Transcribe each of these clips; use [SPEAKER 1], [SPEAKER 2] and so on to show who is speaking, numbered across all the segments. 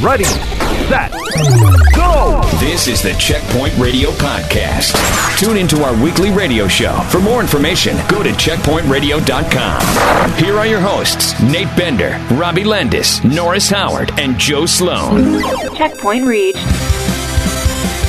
[SPEAKER 1] Ready, set, go!
[SPEAKER 2] This is the Checkpoint Radio Podcast. Tune into our weekly radio show. For more information, go to checkpointradio.com. Here are your hosts Nate Bender, Robbie Landis, Norris Howard, and Joe Sloan.
[SPEAKER 3] Checkpoint reached.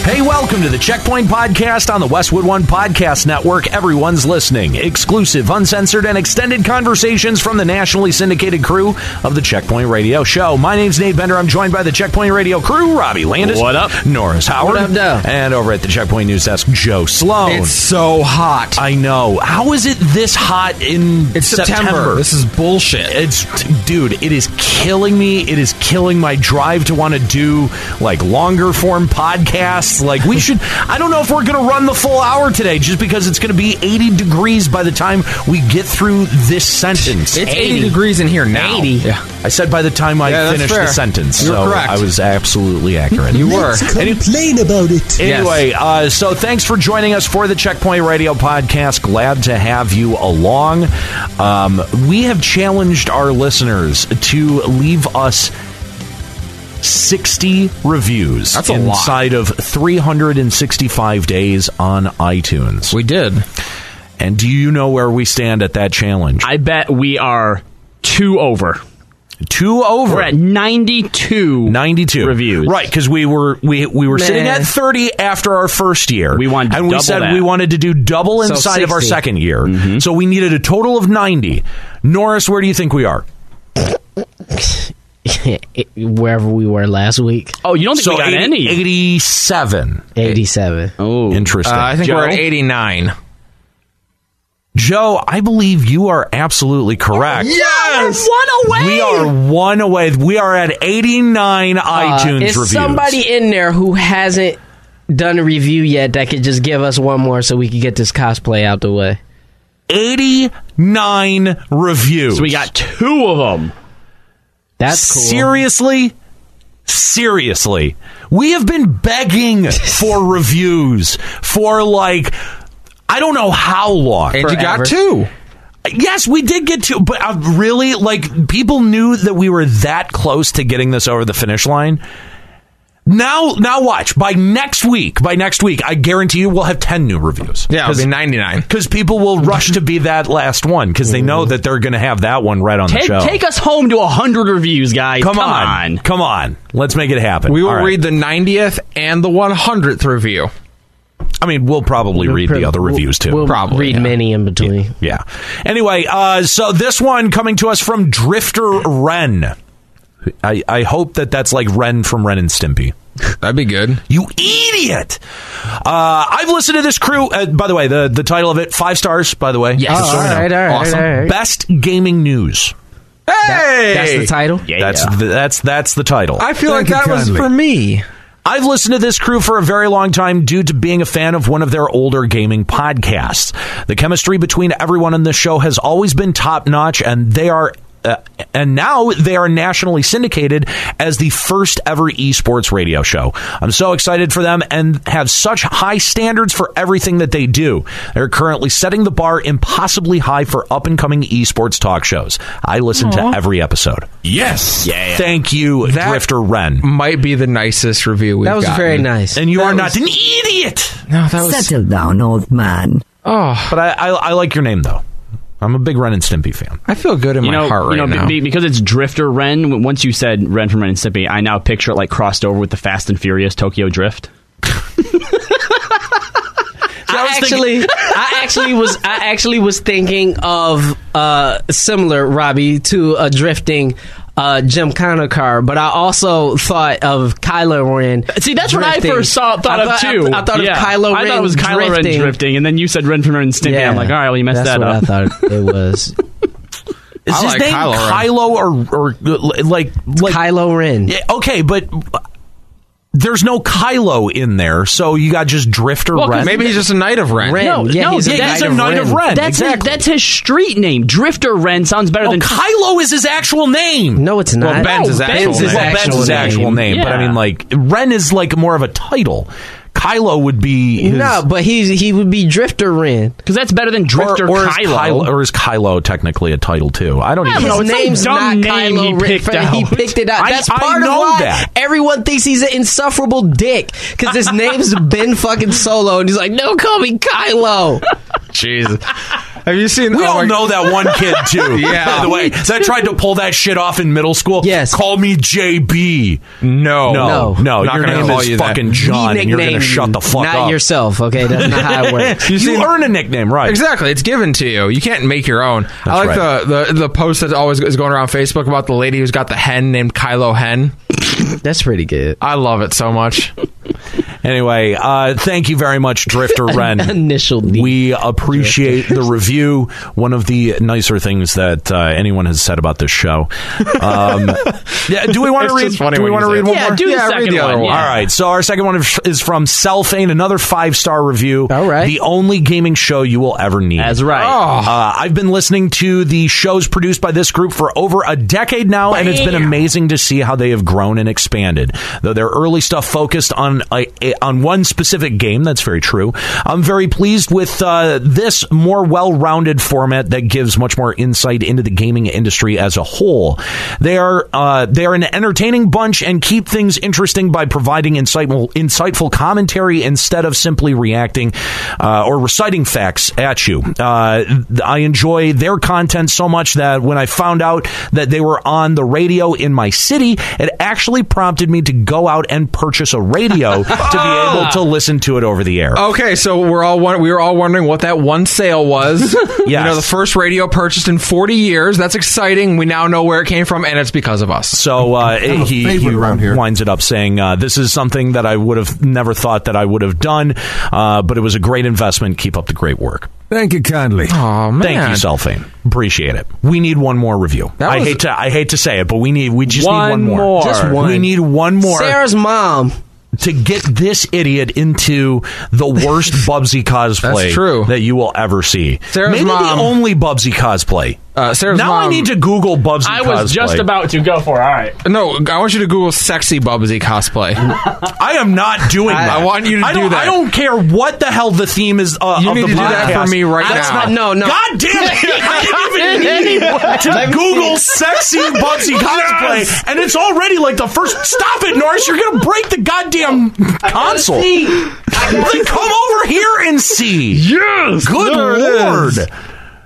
[SPEAKER 1] Hey, welcome to the Checkpoint Podcast on the Westwood One Podcast Network. Everyone's listening. Exclusive, uncensored, and extended conversations from the nationally syndicated crew of the Checkpoint Radio Show. My name's Nate Bender. I'm joined by the Checkpoint Radio crew, Robbie Landis.
[SPEAKER 4] What up?
[SPEAKER 1] Norris Howard.
[SPEAKER 4] What up, Doe?
[SPEAKER 1] And over at the Checkpoint News Desk, Joe Sloan.
[SPEAKER 4] It's so hot.
[SPEAKER 1] I know. How is it this hot in
[SPEAKER 4] It's September. This is bullshit.
[SPEAKER 1] it's dude it is killing me it is killing my drive to want to do like longer form podcasts like we should i don't know if we're gonna run the full hour today just because it's gonna be 80 degrees by the time we get through this sentence
[SPEAKER 4] It's 80, degrees in here now.
[SPEAKER 5] 80.
[SPEAKER 4] Yeah.
[SPEAKER 1] i said by the time i
[SPEAKER 4] Yeah, that's
[SPEAKER 1] finished the
[SPEAKER 4] fair.
[SPEAKER 1] sentence
[SPEAKER 4] You're
[SPEAKER 1] so
[SPEAKER 4] correct.
[SPEAKER 1] i was absolutely accurate
[SPEAKER 4] You were.
[SPEAKER 6] complain about it.
[SPEAKER 1] Anyway, uh, so thanks for joining us for the Checkpoint Radio podcast. Glad to have you along. Um, we have challenged our listeners to leave us 60 reviews
[SPEAKER 4] That's a lot.
[SPEAKER 1] inside of 365 days on iTunes.
[SPEAKER 4] We did.
[SPEAKER 1] and do you know where we stand at that challenge?
[SPEAKER 5] I bet we are two over.
[SPEAKER 1] Two over.
[SPEAKER 5] We're at 92.
[SPEAKER 1] 92
[SPEAKER 5] reviews.
[SPEAKER 1] right? Because we were we we were sitting
[SPEAKER 5] Meh.
[SPEAKER 1] at thirty after our first year.
[SPEAKER 5] We wanted
[SPEAKER 1] and we
[SPEAKER 5] double
[SPEAKER 1] said
[SPEAKER 5] that. Mm-hmm.
[SPEAKER 1] we wanted to do double
[SPEAKER 4] So
[SPEAKER 1] inside of our
[SPEAKER 4] 60.
[SPEAKER 1] second year. So we needed a total of ninety. Norris, where do you think we are?
[SPEAKER 7] wherever we were last week,
[SPEAKER 5] Oh, you don't think we got
[SPEAKER 1] 80
[SPEAKER 5] any?
[SPEAKER 1] eighty-seven.
[SPEAKER 7] 87.
[SPEAKER 5] Oh,
[SPEAKER 4] Uh,
[SPEAKER 1] Interesting.
[SPEAKER 4] I think
[SPEAKER 5] Joe?
[SPEAKER 4] we're at 89.
[SPEAKER 1] Joe, I believe you are absolutely correct.
[SPEAKER 4] Yes!
[SPEAKER 5] one away.
[SPEAKER 1] We are one away. We are at 89 iTunes
[SPEAKER 7] Is
[SPEAKER 1] reviews.
[SPEAKER 7] Uh, somebody in there who hasn't done a review yet that could just give us one more so we could get this cosplay out the way?
[SPEAKER 1] 89 reviews.
[SPEAKER 5] So we got two of them.
[SPEAKER 7] That's cool.
[SPEAKER 1] Seriously? Seriously. We have been begging for reviews for like I don't know how long.
[SPEAKER 4] And you got
[SPEAKER 7] Forever.
[SPEAKER 4] two.
[SPEAKER 1] Yes, we did get to, but I really like people knew that we were that close to getting this over the finish line. Now, now watch. By next week, by next week, I guarantee you we'll have ten new reviews.
[SPEAKER 4] Yeah, it'll be 99.
[SPEAKER 1] because people will rush to be that last one because they
[SPEAKER 4] Mm-hmm.
[SPEAKER 1] know that they're going to have that one right on the
[SPEAKER 5] Take,
[SPEAKER 1] show.
[SPEAKER 5] take us home to 100 reviews, guys.
[SPEAKER 1] come,
[SPEAKER 5] on.
[SPEAKER 1] come on, let's make it happen.
[SPEAKER 4] We will
[SPEAKER 1] All right.
[SPEAKER 4] read the 90th and the 100th review.
[SPEAKER 1] I mean, we'll probably read the other reviews too.
[SPEAKER 7] We'll
[SPEAKER 4] Probably,
[SPEAKER 7] read
[SPEAKER 4] yeah.
[SPEAKER 7] many in between.
[SPEAKER 1] yeah. Anyway, uh, so this one coming to us from Drifter Wren. I, I hope that that's like Wren from Ren and Stimpy.
[SPEAKER 4] That'd be good.
[SPEAKER 1] You idiot! Uh, I've listened to this crew. Uh, by the way, the, the title of it five stars. By the way,
[SPEAKER 5] Yes.
[SPEAKER 7] Oh, all right, all right,
[SPEAKER 4] Awesome.
[SPEAKER 7] all right.
[SPEAKER 1] best gaming news.
[SPEAKER 4] Hey!
[SPEAKER 7] That's the title.
[SPEAKER 5] Yeah,
[SPEAKER 1] That's
[SPEAKER 5] yeah.
[SPEAKER 1] the, that's that's the title.
[SPEAKER 4] I feel like that was for me.
[SPEAKER 1] I've listened to this crew for a very long time due to being a fan of one of their older gaming podcasts. The chemistry between everyone on this show has always been top notch, and they are. Uh, and now they are nationally syndicated as the first ever esports radio show. I'm so excited for them and have such high standards for everything that they do. They're currently setting the bar impossibly high for up and coming esports talk shows. I listen to every episode.
[SPEAKER 4] Yes.
[SPEAKER 1] Thank you,
[SPEAKER 4] That-
[SPEAKER 1] Drifter Ren.
[SPEAKER 4] Might be the nicest review we've
[SPEAKER 7] That was
[SPEAKER 4] gotten.
[SPEAKER 7] very nice.
[SPEAKER 1] And you
[SPEAKER 4] That
[SPEAKER 1] are not
[SPEAKER 4] was-
[SPEAKER 1] an idiot.
[SPEAKER 4] No, that was.
[SPEAKER 8] Settle down, old man.
[SPEAKER 4] Oh,
[SPEAKER 1] But I, I, I like your name though. I'm a big Ren and Stimpy fan.
[SPEAKER 4] I feel good in
[SPEAKER 5] You
[SPEAKER 4] my
[SPEAKER 5] know,
[SPEAKER 4] heart right
[SPEAKER 5] you know, be-
[SPEAKER 4] now.
[SPEAKER 5] be- because it's Drifter Ren. w- Once you said Ren from Ren and Stimpy, I now picture it like crossed over with the Fast and Furious Tokyo Drift.
[SPEAKER 7] I, actually, I actually was, I actually was thinking of uh, similar Robbie to a drifting uh, Jim Connor car, but I also thought of Kylo Ren.
[SPEAKER 5] See, that's what I
[SPEAKER 7] drifting.
[SPEAKER 5] first saw, thought
[SPEAKER 7] I
[SPEAKER 5] of
[SPEAKER 7] I-
[SPEAKER 5] too.
[SPEAKER 7] I, thought
[SPEAKER 5] Yeah.
[SPEAKER 7] of Kylo Ren.
[SPEAKER 5] I thought it was Kylo
[SPEAKER 7] drifting.
[SPEAKER 5] Ren drifting, and then you said Ren from Ren and Stimpy. I'm like, all right, well, you messed
[SPEAKER 7] that's
[SPEAKER 5] that
[SPEAKER 7] what
[SPEAKER 5] up.
[SPEAKER 7] I thought it was
[SPEAKER 1] Is his
[SPEAKER 4] I like
[SPEAKER 1] name Kylo,
[SPEAKER 4] Kylo
[SPEAKER 1] or, or uh, like like
[SPEAKER 7] Kylo Ren.
[SPEAKER 1] Yeah, okay, but uh, there's no Kylo in there, so you got just Drifter
[SPEAKER 5] Well, 'cause
[SPEAKER 1] Ren.
[SPEAKER 4] Maybe he's just a knight of Ren.
[SPEAKER 7] Ren.
[SPEAKER 5] No,
[SPEAKER 7] yeah,
[SPEAKER 5] no,
[SPEAKER 7] he's a
[SPEAKER 5] yeah,
[SPEAKER 7] Knight
[SPEAKER 5] he's a
[SPEAKER 7] of
[SPEAKER 1] Knight of
[SPEAKER 7] Ren.
[SPEAKER 1] Ren.
[SPEAKER 5] That's
[SPEAKER 1] exactly.
[SPEAKER 5] his, that's his street name. Drifter Ren sounds better
[SPEAKER 1] oh,
[SPEAKER 5] than
[SPEAKER 1] Kylo is his actual name.
[SPEAKER 7] No, it's
[SPEAKER 4] Well,
[SPEAKER 7] not.
[SPEAKER 4] Ben's his
[SPEAKER 5] Ben's
[SPEAKER 4] actual
[SPEAKER 5] his
[SPEAKER 4] name.
[SPEAKER 1] well,
[SPEAKER 7] actual
[SPEAKER 1] Ben's his
[SPEAKER 7] name.
[SPEAKER 1] actual name, but I
[SPEAKER 5] Yeah.
[SPEAKER 1] mean, like Ren is like more of a title. Kylo would be his,
[SPEAKER 7] no, but he's he would be Drifter Ren.
[SPEAKER 5] Because that's better than
[SPEAKER 1] or,
[SPEAKER 5] Drifter
[SPEAKER 1] or is
[SPEAKER 5] Kylo.
[SPEAKER 1] Kylo, or is Kylo technically a title too? I don't
[SPEAKER 5] I
[SPEAKER 1] even.
[SPEAKER 5] don't
[SPEAKER 1] know.
[SPEAKER 5] know.
[SPEAKER 7] His
[SPEAKER 5] it's some dumb
[SPEAKER 7] name's not
[SPEAKER 5] name
[SPEAKER 7] Kylo
[SPEAKER 5] he
[SPEAKER 7] Ren.
[SPEAKER 5] picked
[SPEAKER 7] He
[SPEAKER 5] out.
[SPEAKER 7] picked it out.
[SPEAKER 1] I-
[SPEAKER 7] That's
[SPEAKER 1] I
[SPEAKER 7] part of
[SPEAKER 1] know
[SPEAKER 7] why
[SPEAKER 1] that.
[SPEAKER 7] everyone thinks he's an insufferable dick because his name's Ben fucking Solo, and he's like, "No, call me Kylo."
[SPEAKER 4] Jesus. Have you seen?
[SPEAKER 1] We
[SPEAKER 4] oh
[SPEAKER 1] all
[SPEAKER 4] my-
[SPEAKER 1] know that one kid too.
[SPEAKER 4] Yeah.
[SPEAKER 1] By the way, that tried to pull that shit off in middle school.
[SPEAKER 7] Yes.
[SPEAKER 1] Call me JB.
[SPEAKER 4] No,
[SPEAKER 1] No,
[SPEAKER 7] No.
[SPEAKER 1] no,
[SPEAKER 4] Not
[SPEAKER 1] your
[SPEAKER 4] gonna
[SPEAKER 1] name
[SPEAKER 4] call
[SPEAKER 1] is
[SPEAKER 4] you that.
[SPEAKER 1] fucking John,
[SPEAKER 7] He
[SPEAKER 1] and you're gonna
[SPEAKER 7] nicknamed
[SPEAKER 1] shut
[SPEAKER 7] you,
[SPEAKER 1] the fuck
[SPEAKER 7] not
[SPEAKER 1] up.
[SPEAKER 7] yourself. Okay, that's not how it works.
[SPEAKER 1] You,
[SPEAKER 4] You seen-
[SPEAKER 1] earn a nickname, right?
[SPEAKER 4] Exactly, it's given to you. You can't make your own. I like
[SPEAKER 1] right.
[SPEAKER 4] the, the the post that always is going around Facebook about the lady who's got the hen named Kylo Hen.
[SPEAKER 7] That's pretty good.
[SPEAKER 4] I love it so much.
[SPEAKER 1] Anyway, uh, thank you very much, Drifter Ren.
[SPEAKER 7] Initial D.
[SPEAKER 1] We appreciate the review. One of the nicer things that uh, anyone has said about this show. Um, yeah, do we want
[SPEAKER 4] It's
[SPEAKER 1] to read?
[SPEAKER 4] just funny
[SPEAKER 1] Do we
[SPEAKER 4] when
[SPEAKER 1] want
[SPEAKER 4] you
[SPEAKER 1] to read
[SPEAKER 4] say it.
[SPEAKER 1] one
[SPEAKER 5] Yeah,
[SPEAKER 1] more?
[SPEAKER 5] do the second one, yeah.
[SPEAKER 1] All right. So our second one is from Selfane, another five star review.
[SPEAKER 7] All right.
[SPEAKER 1] The only gaming show you will ever need.
[SPEAKER 5] That's right. Ah.
[SPEAKER 1] Uh, I've been listening to the shows produced by this group for over a decade now, and it's been amazing to see how they have grown and expanded. Though their early stuff focused on a, a- on one specific game, that's very true. I'm very pleased with uh, this more well-rounded format that gives much more insight into the gaming industry as a whole. They are uh, they are an entertaining bunch and keep things interesting by providing insightful insightful commentary instead of simply reacting uh, or reciting facts at you. Uh, th- I enjoy their content so much that when I found out that they were on the radio in my city, it actually prompted me to go out and purchase a radio to be able to listen to it over the air.
[SPEAKER 3] Oh.
[SPEAKER 4] Okay, so we're all won- we were all wondering what that one sale was. You know, the first radio purchased in 40 years. That's exciting. We now know where it came from, and it's because of us.
[SPEAKER 1] So uh, he, he
[SPEAKER 3] favorite around here.
[SPEAKER 1] winds it up saying, uh, "This is something that I would have never thought that I would have done, uh, but it was a great investment. Keep up the great work.
[SPEAKER 3] Thank you kindly.
[SPEAKER 4] Oh man,
[SPEAKER 1] Thank you, Selfane. Appreciate it. We need one more review.
[SPEAKER 4] That
[SPEAKER 1] I
[SPEAKER 4] was-
[SPEAKER 1] hate to I hate to say it, but we need we just need
[SPEAKER 4] One
[SPEAKER 1] one more.
[SPEAKER 4] more.
[SPEAKER 7] Just one.
[SPEAKER 1] We need one more
[SPEAKER 7] Sarah's mom.
[SPEAKER 1] to get this idiot into the worst Bubsy cosplay
[SPEAKER 4] That's true.
[SPEAKER 1] that you will ever see.
[SPEAKER 4] Sarah's
[SPEAKER 1] Maybe
[SPEAKER 4] mom-
[SPEAKER 1] the only Bubsy cosplay.
[SPEAKER 4] Uh, Sarah's
[SPEAKER 1] now I
[SPEAKER 4] mom-
[SPEAKER 1] need to Google Bubsy.
[SPEAKER 5] I was just
[SPEAKER 1] cosplay.
[SPEAKER 5] about to go for it. All right.
[SPEAKER 4] No, I want you to Google "sexy Bubsy cosplay."
[SPEAKER 1] I am not doing
[SPEAKER 4] I-
[SPEAKER 1] that.
[SPEAKER 4] I want you to
[SPEAKER 1] I
[SPEAKER 4] do
[SPEAKER 1] don't-
[SPEAKER 4] that.
[SPEAKER 1] I don't care what the hell the theme is. Uh,
[SPEAKER 4] You
[SPEAKER 1] of
[SPEAKER 4] need
[SPEAKER 1] the
[SPEAKER 4] to do that
[SPEAKER 1] podcast.
[SPEAKER 4] for me right
[SPEAKER 1] That's
[SPEAKER 4] now.
[SPEAKER 1] not-
[SPEAKER 7] No, no.
[SPEAKER 1] God damn it! I didn't even need to Google sexy Bubsy cosplay, and it's already like the first. Stop it, Norris! You're gonna break the goddamn console. Like, come over here and see. Yes, good lord!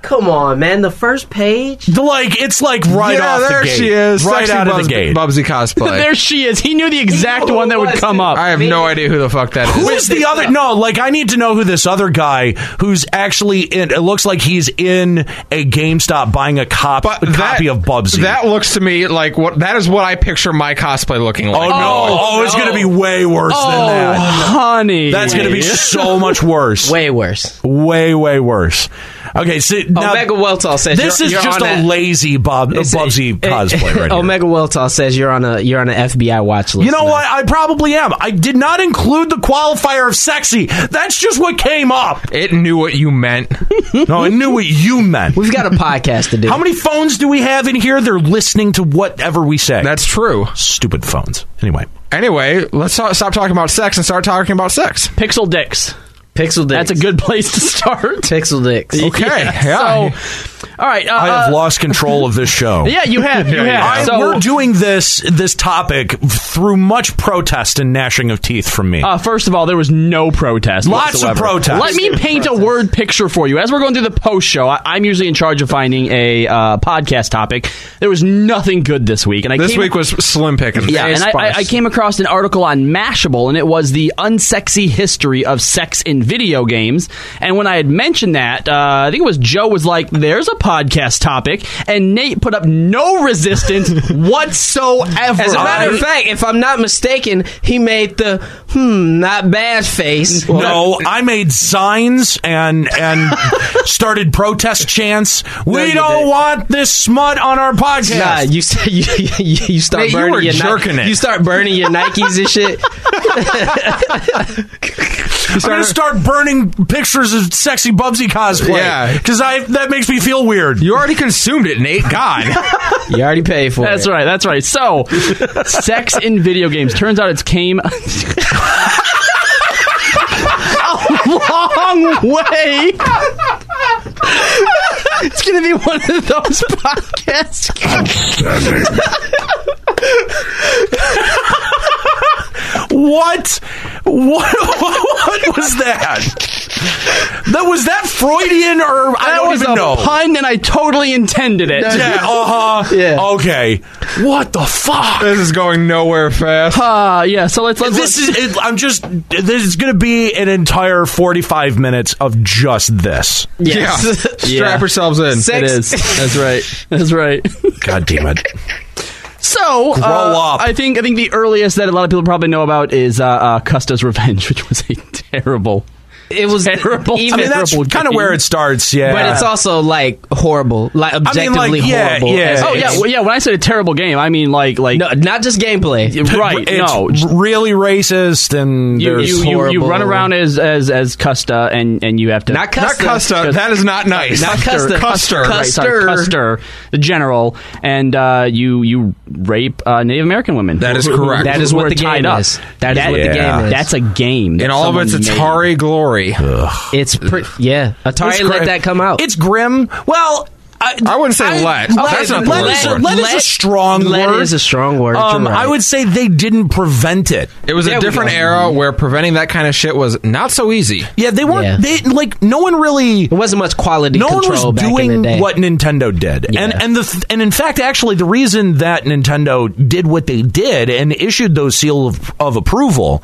[SPEAKER 7] Come on, man. The first page.
[SPEAKER 1] The- Like it's like right
[SPEAKER 4] yeah,
[SPEAKER 1] off
[SPEAKER 4] there
[SPEAKER 1] the gate.
[SPEAKER 4] she is.
[SPEAKER 1] Right
[SPEAKER 4] sexy
[SPEAKER 1] out of
[SPEAKER 4] Bubs-
[SPEAKER 1] the gate.
[SPEAKER 4] Bubsy cosplay.
[SPEAKER 5] There she is. He knew the exact
[SPEAKER 7] knew
[SPEAKER 5] one that
[SPEAKER 7] who
[SPEAKER 5] would
[SPEAKER 7] it was,
[SPEAKER 5] come
[SPEAKER 7] too.
[SPEAKER 5] up.
[SPEAKER 4] I have no idea who the fuck that is.
[SPEAKER 1] Who is the other? No, like I need to know who this other guy who's actually in. It looks like he's in a GameStop buying a cop
[SPEAKER 4] But
[SPEAKER 1] a copy
[SPEAKER 4] that-
[SPEAKER 1] of Bubsy.
[SPEAKER 4] That looks to me like what that is what I picture my cosplay looking
[SPEAKER 1] oh
[SPEAKER 4] like.
[SPEAKER 1] no! Oh, it's gonna be way worse
[SPEAKER 7] Oh.
[SPEAKER 1] than that.
[SPEAKER 5] Oh, honey.
[SPEAKER 1] That's gonna be so much worse.
[SPEAKER 7] Way worse.
[SPEAKER 1] way, way worse. Okay, so now
[SPEAKER 7] Omega Weltall says
[SPEAKER 1] this
[SPEAKER 7] you're-
[SPEAKER 1] is
[SPEAKER 7] you're
[SPEAKER 1] just
[SPEAKER 7] on
[SPEAKER 1] a
[SPEAKER 7] that-
[SPEAKER 1] lazy Bob
[SPEAKER 7] It's-
[SPEAKER 1] Bubsy
[SPEAKER 7] it-
[SPEAKER 1] cosplay right here.
[SPEAKER 7] Omega Weltall says you're on a you're on an FBI watch list.
[SPEAKER 1] You know
[SPEAKER 7] now.
[SPEAKER 1] what? I probably am. I did not include the qualifier of sexy. That's just what came up.
[SPEAKER 4] It knew what you meant.
[SPEAKER 1] No, I knew what you meant.
[SPEAKER 7] We've got a podcast to do.
[SPEAKER 1] How many phones do we have in here? They're listening to whatever we say.
[SPEAKER 4] That's true.
[SPEAKER 1] stupid phones. Anyway,
[SPEAKER 4] Anyway, let's stop, stop talking about sex and start talking about sex.
[SPEAKER 5] Pixel Dicks.
[SPEAKER 7] Pixel dicks.
[SPEAKER 5] That's a good place to start.
[SPEAKER 7] Pixel dicks.
[SPEAKER 4] Okay, yeah.
[SPEAKER 5] So, all right. Uh,
[SPEAKER 1] I have lost control of this show.
[SPEAKER 5] Yeah, you have. You
[SPEAKER 4] yeah.
[SPEAKER 5] have.
[SPEAKER 1] I-
[SPEAKER 5] So,
[SPEAKER 1] we're doing this this topic through much protest and gnashing of teeth from me.
[SPEAKER 5] Uh, first of all, there was no protest.
[SPEAKER 1] Lots of
[SPEAKER 5] whatsoever.
[SPEAKER 1] protest.
[SPEAKER 5] Let me paint a word picture for you. As we're going through the post show, I- I'm usually in charge of finding a uh, podcast topic. There was nothing good this week, and I
[SPEAKER 4] This
[SPEAKER 5] came
[SPEAKER 4] week was slim picking.
[SPEAKER 5] yeah, and I, I, I came across an article on Mashable, and it was the unsexy history of sex in video games. And when I had mentioned that, uh, I think it was Joe was like, "There's a podcast topic," and Nate put up no resistance whatsoever.
[SPEAKER 7] As a matter of fact, if I'm not mistaken, he made the hmm not bad face.
[SPEAKER 1] no, I made signs and and started protest chants. We
[SPEAKER 7] you
[SPEAKER 1] don't
[SPEAKER 7] didn't.
[SPEAKER 1] want this smut on our podcast.
[SPEAKER 7] Nah, you s- you you, you start
[SPEAKER 4] Nate, you
[SPEAKER 7] burning
[SPEAKER 4] were
[SPEAKER 7] your Ni-
[SPEAKER 4] jerking it.
[SPEAKER 7] You start burning your Nikes and shit.
[SPEAKER 1] I'm gonna start burning pictures of sexy Bubsy cosplay.
[SPEAKER 4] Yeah.
[SPEAKER 1] because I that makes me feel weird.
[SPEAKER 4] You already consumed it, Nate. God.
[SPEAKER 7] You already paid for
[SPEAKER 5] That's
[SPEAKER 7] it.
[SPEAKER 5] right. That's right. So, sex in video games. Turns out it's came. long
[SPEAKER 7] Oh,
[SPEAKER 5] way. it's gonna be one of those podcasts.
[SPEAKER 1] What? What? What was that? That was that Freudian or I
[SPEAKER 5] That
[SPEAKER 1] don't
[SPEAKER 5] was
[SPEAKER 1] even
[SPEAKER 5] a
[SPEAKER 1] know.
[SPEAKER 5] pun, and I totally intended it.
[SPEAKER 1] Yeah. Uh huh.
[SPEAKER 5] Yeah.
[SPEAKER 1] Okay. What the fuck?
[SPEAKER 4] This is going nowhere fast.
[SPEAKER 5] Uh, yeah. So let's let's.
[SPEAKER 1] This is. It, I'm just. This is going to be an entire 45 minutes of just this.
[SPEAKER 5] Yes.
[SPEAKER 4] Yeah. Strap yourselves in.
[SPEAKER 5] It is. That's right. That's right.
[SPEAKER 1] God damn it.
[SPEAKER 5] So, uh,
[SPEAKER 1] up.
[SPEAKER 5] I think I think the earliest that a lot of people probably know about is uh, uh, Custa's Revenge, which was a terrible.
[SPEAKER 7] It was
[SPEAKER 5] Terrible.
[SPEAKER 1] I
[SPEAKER 7] Even,
[SPEAKER 1] mean, that's
[SPEAKER 5] Terrible
[SPEAKER 1] kind of
[SPEAKER 5] game.
[SPEAKER 1] where it starts. Yeah.
[SPEAKER 7] but it's also like horrible, like objectively
[SPEAKER 1] yeah,
[SPEAKER 7] horrible.
[SPEAKER 1] yeah.
[SPEAKER 7] as-
[SPEAKER 5] Oh yeah, well, yeah. When I said a terrible game, I mean like like
[SPEAKER 7] no, not just gameplay.
[SPEAKER 5] right.
[SPEAKER 1] It's
[SPEAKER 5] no,
[SPEAKER 1] really racist and
[SPEAKER 5] you,
[SPEAKER 1] there's
[SPEAKER 5] you, you, you
[SPEAKER 7] horrible-
[SPEAKER 5] run around as as as Custa and and you have to
[SPEAKER 7] Not
[SPEAKER 4] Not
[SPEAKER 7] Custer.
[SPEAKER 4] Custa. That is not nice.
[SPEAKER 7] Not Custer.
[SPEAKER 4] Custer.
[SPEAKER 5] Right,
[SPEAKER 7] Custer.
[SPEAKER 5] sorry, Custer, the general, and uh, you you rape uh, Native American women.
[SPEAKER 4] That is
[SPEAKER 5] Who- who-
[SPEAKER 4] correct.
[SPEAKER 5] who
[SPEAKER 7] That is
[SPEAKER 5] were
[SPEAKER 7] what the
[SPEAKER 5] tied
[SPEAKER 7] game
[SPEAKER 5] up.
[SPEAKER 7] is. That is what the
[SPEAKER 1] Yeah.
[SPEAKER 7] game is.
[SPEAKER 5] That's a game. that
[SPEAKER 4] in all of
[SPEAKER 5] someone
[SPEAKER 4] its
[SPEAKER 5] made.
[SPEAKER 4] Atari glory.
[SPEAKER 7] It's pretty. Yeah, Atari
[SPEAKER 1] It's
[SPEAKER 7] let
[SPEAKER 1] grim.
[SPEAKER 7] that come out.
[SPEAKER 1] It's grim. Well, I,
[SPEAKER 4] I wouldn't say let. That's not the
[SPEAKER 1] let
[SPEAKER 4] word
[SPEAKER 1] is,
[SPEAKER 4] for it.
[SPEAKER 1] let is a strong
[SPEAKER 7] let
[SPEAKER 1] word.
[SPEAKER 7] is a strong word.
[SPEAKER 1] Um,
[SPEAKER 7] You're right.
[SPEAKER 1] I would say they didn't prevent it.
[SPEAKER 4] It was a
[SPEAKER 7] we
[SPEAKER 4] different
[SPEAKER 7] go.
[SPEAKER 4] era where preventing that kind of shit was not so easy.
[SPEAKER 1] Yeah, they weren't.
[SPEAKER 7] Yeah.
[SPEAKER 1] They like no one really.
[SPEAKER 7] It wasn't much quality
[SPEAKER 1] No one was
[SPEAKER 7] control back in
[SPEAKER 1] doing
[SPEAKER 7] the day.
[SPEAKER 1] what Nintendo did, and and the th- and in fact, actually, the reason that Nintendo did what they did and issued those seal of, of approval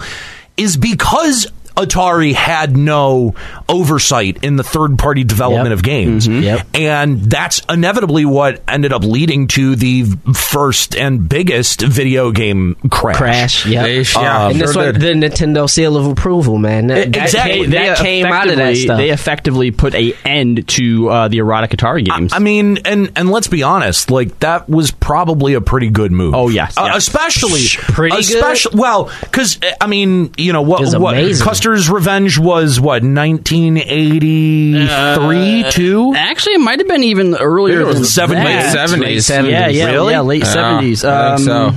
[SPEAKER 1] is because Atari had no oversight in the third party development
[SPEAKER 7] Yep. Mm-hmm.
[SPEAKER 1] of games,
[SPEAKER 7] Yep.
[SPEAKER 1] and that's inevitably what ended up leading to the first and biggest video game crash.
[SPEAKER 7] Crash. Yep.
[SPEAKER 4] They- yeah,
[SPEAKER 7] and that's
[SPEAKER 4] sure
[SPEAKER 7] what the Nintendo seal of approval, man. That, that
[SPEAKER 1] exactly.
[SPEAKER 7] Came, that
[SPEAKER 5] They
[SPEAKER 7] came out of that
[SPEAKER 5] effectively-
[SPEAKER 7] stuff.
[SPEAKER 5] They effectively put a end to uh, the erotic Atari games.
[SPEAKER 1] I mean, and and let's be honest, like that was probably a pretty good move.
[SPEAKER 5] Oh, yes,
[SPEAKER 1] Uh,
[SPEAKER 5] yes.
[SPEAKER 1] especially
[SPEAKER 7] Pretty good?
[SPEAKER 1] especially, Well, because I mean, you know
[SPEAKER 7] It was
[SPEAKER 1] what? What
[SPEAKER 7] amazing.
[SPEAKER 1] Custer's Revenge was what 1983, two.
[SPEAKER 5] Actually, it might have been even earlier.
[SPEAKER 4] It was
[SPEAKER 5] than
[SPEAKER 4] the seven-
[SPEAKER 5] that.
[SPEAKER 4] late seventies.
[SPEAKER 7] Late
[SPEAKER 5] Yeah,
[SPEAKER 7] 70s.
[SPEAKER 5] yeah,
[SPEAKER 1] Really?
[SPEAKER 5] yeah, late
[SPEAKER 4] Yeah,
[SPEAKER 5] seventies.
[SPEAKER 4] I think so.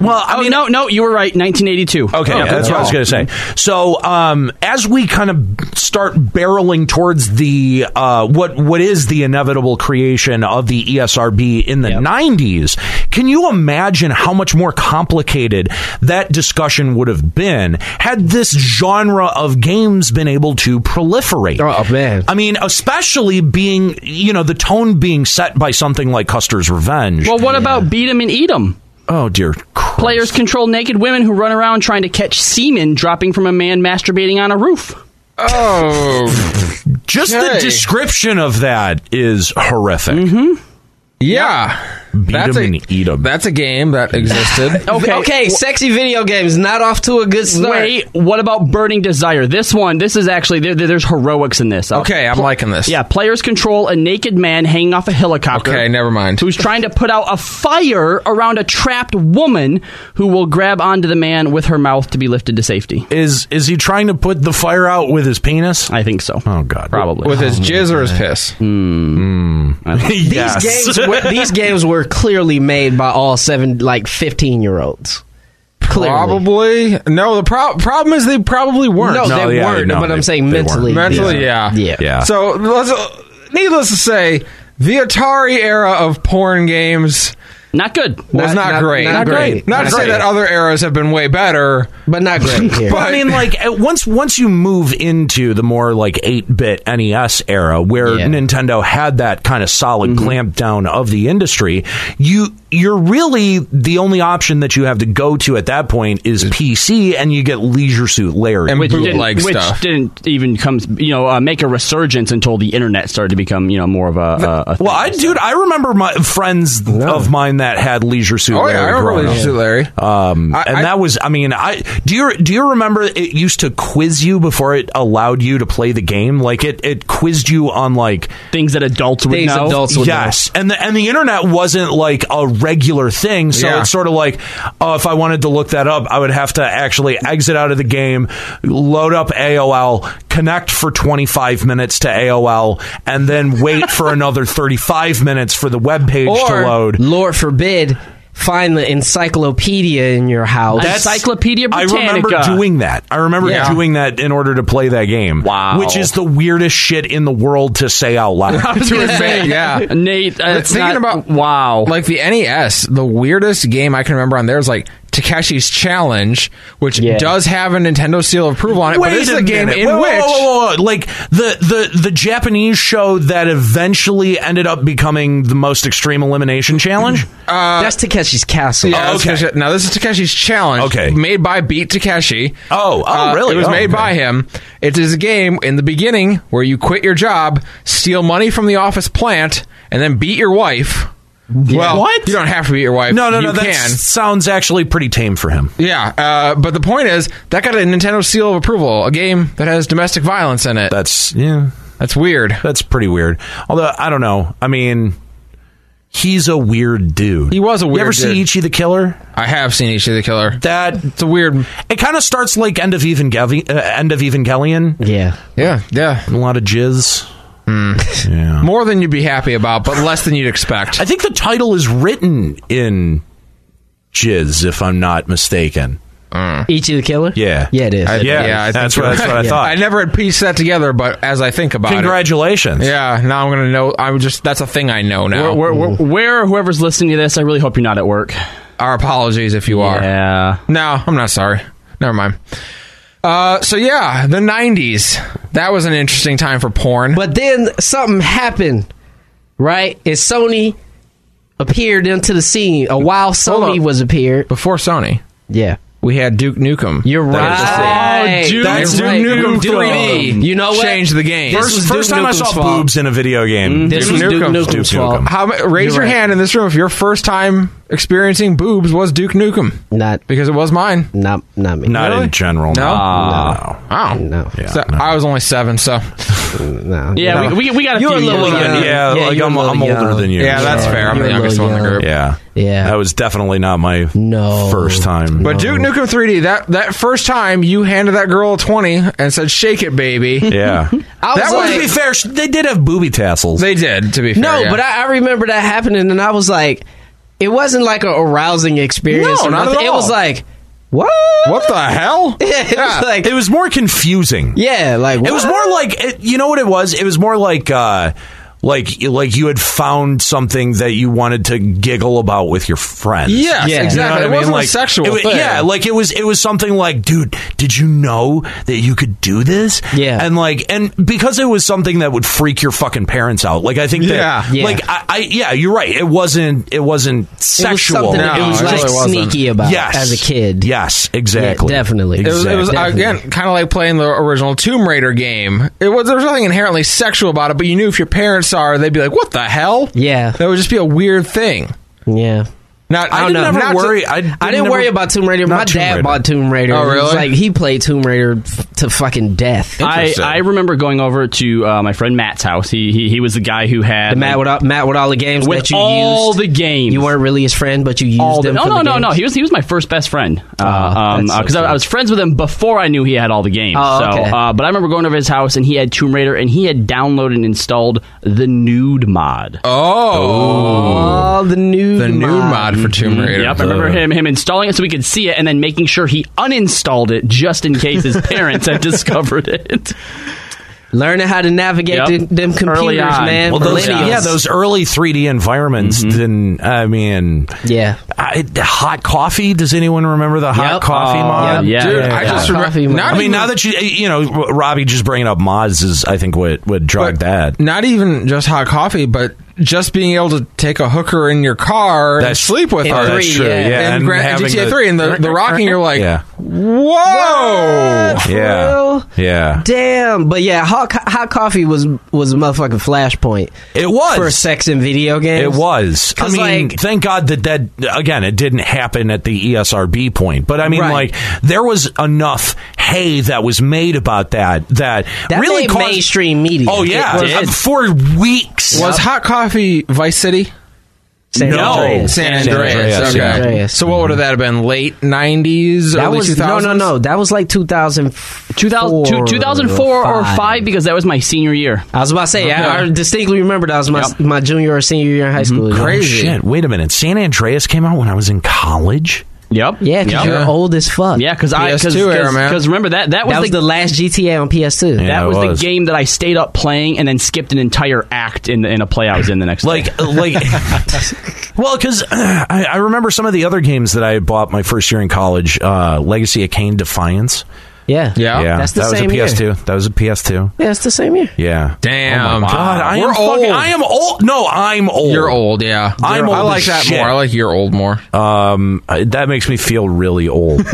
[SPEAKER 1] Well, I
[SPEAKER 5] Oh
[SPEAKER 1] mean,
[SPEAKER 5] no, no, you were right. Oh, 1982.
[SPEAKER 1] Okay, yeah, that's what I was going to say. So, um, as we kind of start barreling towards the uh, what what is the inevitable creation of the E ESRB in the '90s, can you imagine how much more complicated that discussion would have been had this genre of games been able to proliferate?
[SPEAKER 7] Oh, man.
[SPEAKER 1] I mean, especially being you know the tone being set by something like Custer's Revenge.
[SPEAKER 5] Well, what about beat 'em and eat 'em?
[SPEAKER 1] oh dear, Christ.
[SPEAKER 5] Players control naked women who run around trying to catch semen dropping from a man masturbating on a roof.
[SPEAKER 4] Oh,
[SPEAKER 1] Just the
[SPEAKER 4] Okay. Mm-hmm.
[SPEAKER 1] description of that is horrific.
[SPEAKER 4] yeah.
[SPEAKER 1] Beat 'em and eat 'em.
[SPEAKER 4] That's a game that existed.
[SPEAKER 5] Okay.
[SPEAKER 7] Okay, sexy video games not off to a good start.
[SPEAKER 5] Wait, what about Burning Desire? This one, this is actually there, there- there's heroics in this. Uh,
[SPEAKER 4] Okay, I'm liking this.
[SPEAKER 5] Yeah, players control a naked man hanging off a helicopter.
[SPEAKER 4] Okay, never mind.
[SPEAKER 5] Who's trying to put out a fire around a trapped woman who will grab onto the man with her mouth to be lifted to safety.
[SPEAKER 1] Is is he trying to put the fire out with his penis?
[SPEAKER 5] I think so.
[SPEAKER 1] Oh God,
[SPEAKER 5] Probably.
[SPEAKER 4] With his jizz or his piss.
[SPEAKER 1] yes.
[SPEAKER 7] These games, were, these games were clearly made by all seven, like fifteen year olds. Clearly,
[SPEAKER 4] Probably. No, the pro- problem is they probably weren't.
[SPEAKER 7] no,
[SPEAKER 1] No,
[SPEAKER 7] they
[SPEAKER 1] yeah,
[SPEAKER 7] weren't.
[SPEAKER 1] no,
[SPEAKER 7] but
[SPEAKER 1] they-
[SPEAKER 7] I'm saying
[SPEAKER 1] they
[SPEAKER 7] mentally,
[SPEAKER 1] weren't.
[SPEAKER 4] Mentally, yeah.
[SPEAKER 7] yeah.
[SPEAKER 1] Yeah.
[SPEAKER 4] So, let's, uh, needless to say, the Atari era of porn games
[SPEAKER 5] Not good.
[SPEAKER 4] was not, great.
[SPEAKER 7] not, great.
[SPEAKER 4] Not, to say that other eras have been way better.
[SPEAKER 7] but not great. Here.
[SPEAKER 1] But I mean, like at- once once you move into the more like eight bit NES era, where
[SPEAKER 7] Yeah.
[SPEAKER 1] Nintendo had that kind of solid
[SPEAKER 4] Mm-hmm.
[SPEAKER 1] clamp down of the industry, you you're really the only option that you have to go to at that point is PC, and you get Leisure Suit Larry.
[SPEAKER 4] Mm-hmm. And
[SPEAKER 5] Which didn't,
[SPEAKER 4] bootleg
[SPEAKER 5] which
[SPEAKER 4] stuff.
[SPEAKER 5] didn't even come, you know, uh, make a resurgence until the internet started to become, you know, more of a. a, a thing.
[SPEAKER 1] well, I dude, I remember my friends of mine that had Leisure Suit
[SPEAKER 4] Oh,
[SPEAKER 1] Larry.
[SPEAKER 4] yeah, I
[SPEAKER 1] growing
[SPEAKER 4] remember
[SPEAKER 1] up.
[SPEAKER 4] Leisure Suit Larry.
[SPEAKER 1] Um,
[SPEAKER 4] I-
[SPEAKER 1] and
[SPEAKER 4] I-
[SPEAKER 1] that was, I mean, I do you do you remember it used to quiz you before it allowed you to play the game? Like it it quizzed you on like
[SPEAKER 5] things that adults would
[SPEAKER 7] Things
[SPEAKER 5] know.
[SPEAKER 7] adults would know.
[SPEAKER 1] yes, and the and the internet wasn't like a regular thing, so
[SPEAKER 4] Yeah.
[SPEAKER 1] it's sort of like oh, if I wanted to look that up, I would have to actually exit out of the game, load up AOL, connect for twenty five minutes to AOL, and then wait for another thirty five minutes for the web page to
[SPEAKER 4] Or
[SPEAKER 1] load.
[SPEAKER 7] Lord forbid find the encyclopedia in your house.
[SPEAKER 5] That's- Encyclopedia
[SPEAKER 1] I remember
[SPEAKER 5] Britannica.
[SPEAKER 1] doing that. I remember
[SPEAKER 7] Yeah.
[SPEAKER 1] doing that in order to play that game.
[SPEAKER 5] Wow.
[SPEAKER 1] Which is the weirdest shit in the world to say out loud.
[SPEAKER 5] was gonna
[SPEAKER 4] admit, yeah.
[SPEAKER 5] Nate. Uh,
[SPEAKER 4] But thinking
[SPEAKER 5] not-
[SPEAKER 4] about-
[SPEAKER 5] wow,
[SPEAKER 4] Like the NES, the weirdest game I can remember on there is like Takeshi's Challenge, which does have a Nintendo seal of approval on it. but
[SPEAKER 1] Wait
[SPEAKER 4] this is
[SPEAKER 1] a
[SPEAKER 4] a game
[SPEAKER 1] minute.
[SPEAKER 4] in
[SPEAKER 1] Whoa, whoa,
[SPEAKER 4] which
[SPEAKER 1] whoa, whoa, whoa. like the, the the Japanese show that eventually ended up becoming the most extreme elimination challenge.
[SPEAKER 7] That's Takeshi's Castle.
[SPEAKER 4] Yeah,
[SPEAKER 1] okay.
[SPEAKER 4] Takeshi- now this is Takeshi's Challenge.
[SPEAKER 1] Okay.
[SPEAKER 4] made by Beat Takeshi.
[SPEAKER 1] Oh, oh,
[SPEAKER 4] Uh,
[SPEAKER 1] really?
[SPEAKER 4] It was
[SPEAKER 1] Oh,
[SPEAKER 4] made
[SPEAKER 1] okay.
[SPEAKER 4] by him. It is a game in the beginning where you quit your job, steal money from the office plant, and then beat your wife. Well,
[SPEAKER 5] What?
[SPEAKER 4] You don't have to beat your wife.
[SPEAKER 1] no, no, no.
[SPEAKER 4] You
[SPEAKER 1] That
[SPEAKER 4] can.
[SPEAKER 1] sounds actually pretty tame for him.
[SPEAKER 4] Yeah, uh, but the point is that got a Nintendo seal of approval. A game that has domestic violence in it.
[SPEAKER 1] That's yeah.
[SPEAKER 4] That's weird.
[SPEAKER 1] That's pretty weird. Although I don't know. I mean, he's a weird dude.
[SPEAKER 4] He was a
[SPEAKER 1] You ever
[SPEAKER 4] weird
[SPEAKER 1] see
[SPEAKER 4] dude.
[SPEAKER 1] Ichi the Killer?
[SPEAKER 4] I have seen Ichi the Killer.
[SPEAKER 1] That
[SPEAKER 4] It's a weird.
[SPEAKER 1] it kind of starts like end of Evangelion, uh, end of Evangelion.
[SPEAKER 7] Yeah.
[SPEAKER 4] Yeah, yeah.
[SPEAKER 1] A lot of jizz. Yeah.
[SPEAKER 4] More than you'd be happy about, but less than you'd expect.
[SPEAKER 1] I think the title is written in jizz, if I'm not mistaken.
[SPEAKER 7] Ichi the Killer?
[SPEAKER 1] Yeah.
[SPEAKER 7] Yeah, it is.
[SPEAKER 4] I-
[SPEAKER 1] Yeah,
[SPEAKER 4] Yeah, think
[SPEAKER 1] that's what-
[SPEAKER 4] you're
[SPEAKER 1] that's what I
[SPEAKER 4] right.
[SPEAKER 1] thought.
[SPEAKER 4] I never had pieced that together, but as I think about it,
[SPEAKER 1] Congratulations.
[SPEAKER 4] yeah. Now I'm gonna know. I'm just that's a thing I know now.
[SPEAKER 5] Where- where, where,
[SPEAKER 7] Mm-hmm.
[SPEAKER 5] where- whoever's listening to this, I really hope you're not at work.
[SPEAKER 4] Our apologies if you are.
[SPEAKER 5] Yeah,
[SPEAKER 4] No, I'm not sorry. Never mind. Uh, so yeah, the '90s. That was an interesting time for porn.
[SPEAKER 7] But then something happened, right? And Sony appeared into the scene. A while Sony
[SPEAKER 4] on.
[SPEAKER 7] was appeared.
[SPEAKER 4] before Sony,
[SPEAKER 7] Yeah.
[SPEAKER 4] we had Duke Nukem.
[SPEAKER 7] You're
[SPEAKER 4] That was the same.
[SPEAKER 7] right.
[SPEAKER 5] Duke
[SPEAKER 7] That's
[SPEAKER 5] Nukem
[SPEAKER 7] right.
[SPEAKER 5] Nukem 3D.
[SPEAKER 7] You know what?
[SPEAKER 4] Changed the game.
[SPEAKER 7] This
[SPEAKER 1] First,
[SPEAKER 7] was
[SPEAKER 1] first
[SPEAKER 7] Duke
[SPEAKER 1] time I
[SPEAKER 7] Nukem's
[SPEAKER 1] saw
[SPEAKER 7] fault. Mm-hmm.
[SPEAKER 1] boobs in a video game.
[SPEAKER 7] This was Duke
[SPEAKER 4] Nukem.
[SPEAKER 7] Nukem's
[SPEAKER 1] Duke
[SPEAKER 7] fault.
[SPEAKER 1] Nukem.
[SPEAKER 4] How, ma- raise your
[SPEAKER 7] You're right.
[SPEAKER 4] hand in this room if your first time experiencing boobs was Duke Nukem.
[SPEAKER 7] Not,
[SPEAKER 4] Because it was mine.
[SPEAKER 7] not, not me.
[SPEAKER 1] Not
[SPEAKER 4] Really?
[SPEAKER 1] in general. No.
[SPEAKER 4] No. Wow.
[SPEAKER 7] No.
[SPEAKER 1] Yeah,
[SPEAKER 4] So,
[SPEAKER 1] no.
[SPEAKER 4] I was only seven, so.
[SPEAKER 7] No.
[SPEAKER 5] yeah.
[SPEAKER 4] No.
[SPEAKER 5] We, we, we got a
[SPEAKER 7] You're
[SPEAKER 5] few
[SPEAKER 7] a little
[SPEAKER 5] years.
[SPEAKER 7] young.
[SPEAKER 1] Yeah,
[SPEAKER 7] Yeah,
[SPEAKER 1] like
[SPEAKER 7] you're
[SPEAKER 1] I'm,
[SPEAKER 7] a little
[SPEAKER 1] I'm older
[SPEAKER 7] young.
[SPEAKER 1] than you.
[SPEAKER 4] Yeah, that's
[SPEAKER 1] so-
[SPEAKER 4] fair. I'm
[SPEAKER 7] You're
[SPEAKER 4] the
[SPEAKER 7] a
[SPEAKER 4] youngest
[SPEAKER 7] little
[SPEAKER 4] one in the
[SPEAKER 7] young.
[SPEAKER 4] group.
[SPEAKER 1] Yeah.
[SPEAKER 7] Yeah.
[SPEAKER 1] That was definitely not my
[SPEAKER 7] No.
[SPEAKER 1] first time.
[SPEAKER 4] But Duke Nukem 3D, that, that first time you handed that girl a 20 and said, shake it, baby.
[SPEAKER 1] yeah.
[SPEAKER 7] I was
[SPEAKER 1] that was
[SPEAKER 7] like-
[SPEAKER 1] to be fair. sh- They did have booby tassels.
[SPEAKER 4] They did, to be fair.
[SPEAKER 7] No,
[SPEAKER 4] yeah.
[SPEAKER 7] but I, I remember that happening, and I was like, it wasn't like a arousing experience.
[SPEAKER 4] No,
[SPEAKER 7] or
[SPEAKER 4] not
[SPEAKER 7] nothing.
[SPEAKER 4] at
[SPEAKER 7] It was
[SPEAKER 4] all.
[SPEAKER 7] like, what?
[SPEAKER 4] What the hell?
[SPEAKER 7] Yeah, it was like,
[SPEAKER 1] it was more confusing.
[SPEAKER 7] yeah, like
[SPEAKER 1] It was
[SPEAKER 7] what?
[SPEAKER 1] more like it, you know what it was. It was more like uh, like like you had found something that you wanted to giggle about with your friends.
[SPEAKER 4] Yes,
[SPEAKER 7] Yeah.
[SPEAKER 1] You know
[SPEAKER 4] exactly.
[SPEAKER 1] what I
[SPEAKER 4] it
[SPEAKER 1] mean?
[SPEAKER 4] wasn't
[SPEAKER 1] Like,
[SPEAKER 4] a sexual
[SPEAKER 1] it wa-
[SPEAKER 4] thing.
[SPEAKER 1] Yeah, like it was. It was something like, dude, did you know that you could do this?
[SPEAKER 7] Yeah.
[SPEAKER 1] and like, and because it was something that would freak your fucking parents out. Like, I think that,
[SPEAKER 4] Yeah.
[SPEAKER 7] Yeah.
[SPEAKER 1] like, I, I, yeah, you're right. It wasn't. It wasn't
[SPEAKER 7] It was
[SPEAKER 1] sexual.
[SPEAKER 7] something that
[SPEAKER 4] No,
[SPEAKER 7] it was
[SPEAKER 4] it
[SPEAKER 7] like
[SPEAKER 4] really wasn't.
[SPEAKER 7] sneaky about
[SPEAKER 1] yes,
[SPEAKER 7] as a kid.
[SPEAKER 1] Yes, exactly.
[SPEAKER 7] definitely.
[SPEAKER 4] It was, it was
[SPEAKER 7] Exactly.
[SPEAKER 4] again kind of like playing the original Tomb Raider game. It was there was nothing inherently sexual about it, but you knew if your parents saw her, they'd be like, "What the hell?"
[SPEAKER 7] Yeah.
[SPEAKER 4] that would just be a weird thing.
[SPEAKER 7] Yeah.
[SPEAKER 4] Not,
[SPEAKER 1] I
[SPEAKER 4] I, don't
[SPEAKER 1] didn't
[SPEAKER 4] know.
[SPEAKER 1] ever
[SPEAKER 4] not to-
[SPEAKER 1] worry. I didn't,
[SPEAKER 7] I didn't
[SPEAKER 1] never-
[SPEAKER 7] worry about Tomb Raider.
[SPEAKER 1] Not
[SPEAKER 7] My
[SPEAKER 1] Tomb
[SPEAKER 7] dad
[SPEAKER 1] Raider.
[SPEAKER 7] bought Tomb Raider.
[SPEAKER 4] Oh,
[SPEAKER 7] He was
[SPEAKER 4] really?
[SPEAKER 7] like he played Tomb Raider f- to fucking death.
[SPEAKER 5] I, I remember going over to uh, my friend Matt's house. He, he he was the guy who had
[SPEAKER 7] The Matt with all, Matt with all the games
[SPEAKER 5] with
[SPEAKER 7] that you
[SPEAKER 5] all
[SPEAKER 7] used.
[SPEAKER 5] the games.
[SPEAKER 7] you weren't really his friend, but you used
[SPEAKER 5] all the,
[SPEAKER 7] them.
[SPEAKER 5] no
[SPEAKER 7] for
[SPEAKER 5] no
[SPEAKER 7] the
[SPEAKER 5] no
[SPEAKER 7] games.
[SPEAKER 5] no. He was he was my first best friend. Uh, um,
[SPEAKER 7] that's so
[SPEAKER 5] because I,
[SPEAKER 7] cool.
[SPEAKER 5] I was friends with him before I knew he had all the games.
[SPEAKER 7] Oh,
[SPEAKER 5] so,
[SPEAKER 7] okay.
[SPEAKER 5] uh, but I remember going over to his house and he had Tomb Raider and he had downloaded and installed the nude mod.
[SPEAKER 4] Oh,
[SPEAKER 7] all the new
[SPEAKER 4] the new mod for Tomb Raider.
[SPEAKER 5] Mm, Yep, I remember him him installing it so we could see it, and then making sure he uninstalled it just in case his parents had discovered it.
[SPEAKER 7] learning how to navigate
[SPEAKER 5] Yep.
[SPEAKER 7] them, them computers,
[SPEAKER 5] Early on. Mm-hmm.
[SPEAKER 7] man.
[SPEAKER 1] Well,
[SPEAKER 7] for
[SPEAKER 1] those,
[SPEAKER 7] millennials.
[SPEAKER 1] yeah, those early 3D environments didn't. I mean,
[SPEAKER 7] Yeah.
[SPEAKER 1] I, the hot coffee. Does anyone remember the hot
[SPEAKER 7] Yep.
[SPEAKER 1] coffee
[SPEAKER 5] Oh,
[SPEAKER 1] mod?
[SPEAKER 5] yep. Yeah,
[SPEAKER 4] Dude,
[SPEAKER 5] yeah,
[SPEAKER 4] I
[SPEAKER 5] yeah.
[SPEAKER 4] just
[SPEAKER 7] Coffee
[SPEAKER 4] remember.
[SPEAKER 7] mod.
[SPEAKER 1] I mean, now that you eh, you know, Robbie just bringing up mods is, I think, what what drug that.
[SPEAKER 4] not even just hot coffee, but just being able to take a hooker in your car and
[SPEAKER 1] That's-
[SPEAKER 4] sleep with
[SPEAKER 1] oh,
[SPEAKER 4] her.
[SPEAKER 1] that's true, yeah,
[SPEAKER 4] and,
[SPEAKER 1] and
[SPEAKER 4] Grand-
[SPEAKER 1] having
[SPEAKER 4] GTA
[SPEAKER 1] the-
[SPEAKER 4] Three and the, the rocking, you're like,
[SPEAKER 1] Yeah.
[SPEAKER 4] whoa.
[SPEAKER 1] Oh, Yeah,
[SPEAKER 7] Well,
[SPEAKER 1] yeah.
[SPEAKER 7] Damn, but yeah, hot, co- hot coffee was was a motherfucking flashpoint
[SPEAKER 1] It was
[SPEAKER 7] for sex in video games.
[SPEAKER 1] It was. I
[SPEAKER 7] 'Cause,
[SPEAKER 1] mean,
[SPEAKER 7] like-
[SPEAKER 1] thank God that that again, it didn't happen at the E ESRB point. But I mean,
[SPEAKER 7] Right.
[SPEAKER 1] like, there was enough hay that was made about that that,
[SPEAKER 7] That
[SPEAKER 1] really
[SPEAKER 7] made
[SPEAKER 1] caused-
[SPEAKER 7] mainstream media.
[SPEAKER 1] Oh yeah,
[SPEAKER 7] It was-
[SPEAKER 1] for weeks.
[SPEAKER 4] Was hot coffee Vice City?
[SPEAKER 7] San
[SPEAKER 1] No.
[SPEAKER 7] Andreas.
[SPEAKER 4] San
[SPEAKER 1] San
[SPEAKER 4] Andreas.
[SPEAKER 1] Andreas,
[SPEAKER 4] okay.
[SPEAKER 1] yeah.
[SPEAKER 7] Andreas.
[SPEAKER 4] So what would that have been? Late nineties,
[SPEAKER 7] That
[SPEAKER 4] early
[SPEAKER 7] was
[SPEAKER 4] 2000s?
[SPEAKER 7] no, no, no. That was like 2004,
[SPEAKER 5] 2000, two- 2004 or 5 because that was my senior year.
[SPEAKER 7] I was about to say. I, I
[SPEAKER 4] Okay.
[SPEAKER 7] distinctly remember that was my
[SPEAKER 5] Yep. Mm-hmm.
[SPEAKER 7] my junior or senior year in high school. Oh,
[SPEAKER 4] Crazy.
[SPEAKER 1] Shit, wait a minute. San Andreas came out when I was in college?
[SPEAKER 5] Yep.
[SPEAKER 7] Yeah, because
[SPEAKER 5] Yep.
[SPEAKER 7] you're
[SPEAKER 4] Yeah.
[SPEAKER 7] old as fuck.
[SPEAKER 5] Yeah, because I because
[SPEAKER 4] PS2 era, man.
[SPEAKER 5] remember that that was,
[SPEAKER 7] that was
[SPEAKER 5] the,
[SPEAKER 7] the last GTA on PS2.
[SPEAKER 1] Yeah.
[SPEAKER 5] that
[SPEAKER 1] it
[SPEAKER 5] was,
[SPEAKER 1] was.
[SPEAKER 5] the game that I stayed up playing and then skipped an entire act in the, in a play I was in the next day.
[SPEAKER 1] Like, like, well, because I, I remember some of the other games that I bought my first year in college. Uh, Legacy of Kane Defiance.
[SPEAKER 7] Yeah,
[SPEAKER 4] Yeah.
[SPEAKER 1] yeah,
[SPEAKER 7] Oh, That's the
[SPEAKER 1] that
[SPEAKER 7] same
[SPEAKER 1] was a
[SPEAKER 7] year.
[SPEAKER 1] PS2. That was a PS2.
[SPEAKER 7] Yeah, it's the same year.
[SPEAKER 1] Yeah.
[SPEAKER 4] Damn.
[SPEAKER 1] Oh my
[SPEAKER 4] Wow.
[SPEAKER 1] god, I
[SPEAKER 4] We're
[SPEAKER 1] am fucking.
[SPEAKER 4] old.
[SPEAKER 1] I am old. No, I'm old.
[SPEAKER 4] You're old, yeah.
[SPEAKER 1] I'm
[SPEAKER 4] I
[SPEAKER 1] old
[SPEAKER 4] like
[SPEAKER 1] as
[SPEAKER 4] that
[SPEAKER 1] shit.
[SPEAKER 4] more. I like you're old more.
[SPEAKER 7] Uh,
[SPEAKER 1] Um, I- that makes me feel really old,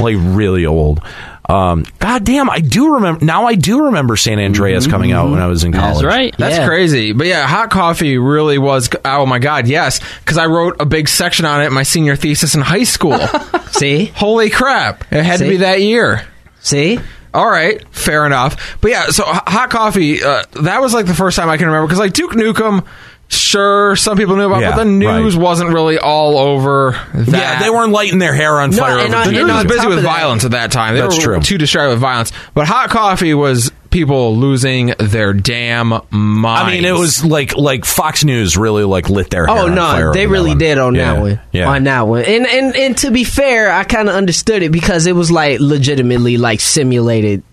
[SPEAKER 1] like really old. Um, God damn, I do remember now. I do remember San Andreas coming out when I was in college.
[SPEAKER 5] That's right.
[SPEAKER 4] That's
[SPEAKER 7] Yeah.
[SPEAKER 4] crazy. But yeah, hot coffee really was. Oh my god, yes, because I wrote a big section on it in my senior thesis in high school.
[SPEAKER 7] See,
[SPEAKER 4] Holy crap! It had to
[SPEAKER 7] See?
[SPEAKER 4] be that year.
[SPEAKER 7] see,
[SPEAKER 4] All right, fair enough. But yeah, so H- hot coffee. Uh, that was like the first time I can remember because like Duke Nukem. Sure, some people knew about, it,
[SPEAKER 1] Yeah,
[SPEAKER 4] but the news
[SPEAKER 1] right.
[SPEAKER 4] wasn't really all over. That.
[SPEAKER 1] Yeah, they weren't lighting their hair on fire.
[SPEAKER 7] and
[SPEAKER 1] over
[SPEAKER 7] I-
[SPEAKER 1] the
[SPEAKER 7] and
[SPEAKER 4] They
[SPEAKER 1] news.
[SPEAKER 7] I-
[SPEAKER 4] were
[SPEAKER 7] on
[SPEAKER 4] busy
[SPEAKER 7] top
[SPEAKER 4] with
[SPEAKER 7] of that-
[SPEAKER 4] violence at that time. They
[SPEAKER 1] That's
[SPEAKER 4] were
[SPEAKER 1] true.
[SPEAKER 4] Too distracted with violence. But hot coffee was people losing their damn minds.
[SPEAKER 1] I mean, it was like like Fox News really like lit their. hair
[SPEAKER 7] Oh
[SPEAKER 1] on fire
[SPEAKER 7] no, they
[SPEAKER 1] over that
[SPEAKER 7] really
[SPEAKER 1] one.
[SPEAKER 7] did on
[SPEAKER 1] yeah.
[SPEAKER 7] that one.
[SPEAKER 1] Yeah,
[SPEAKER 7] On that one. And and and to be fair, I kind of understood it because it was like legitimately like simulated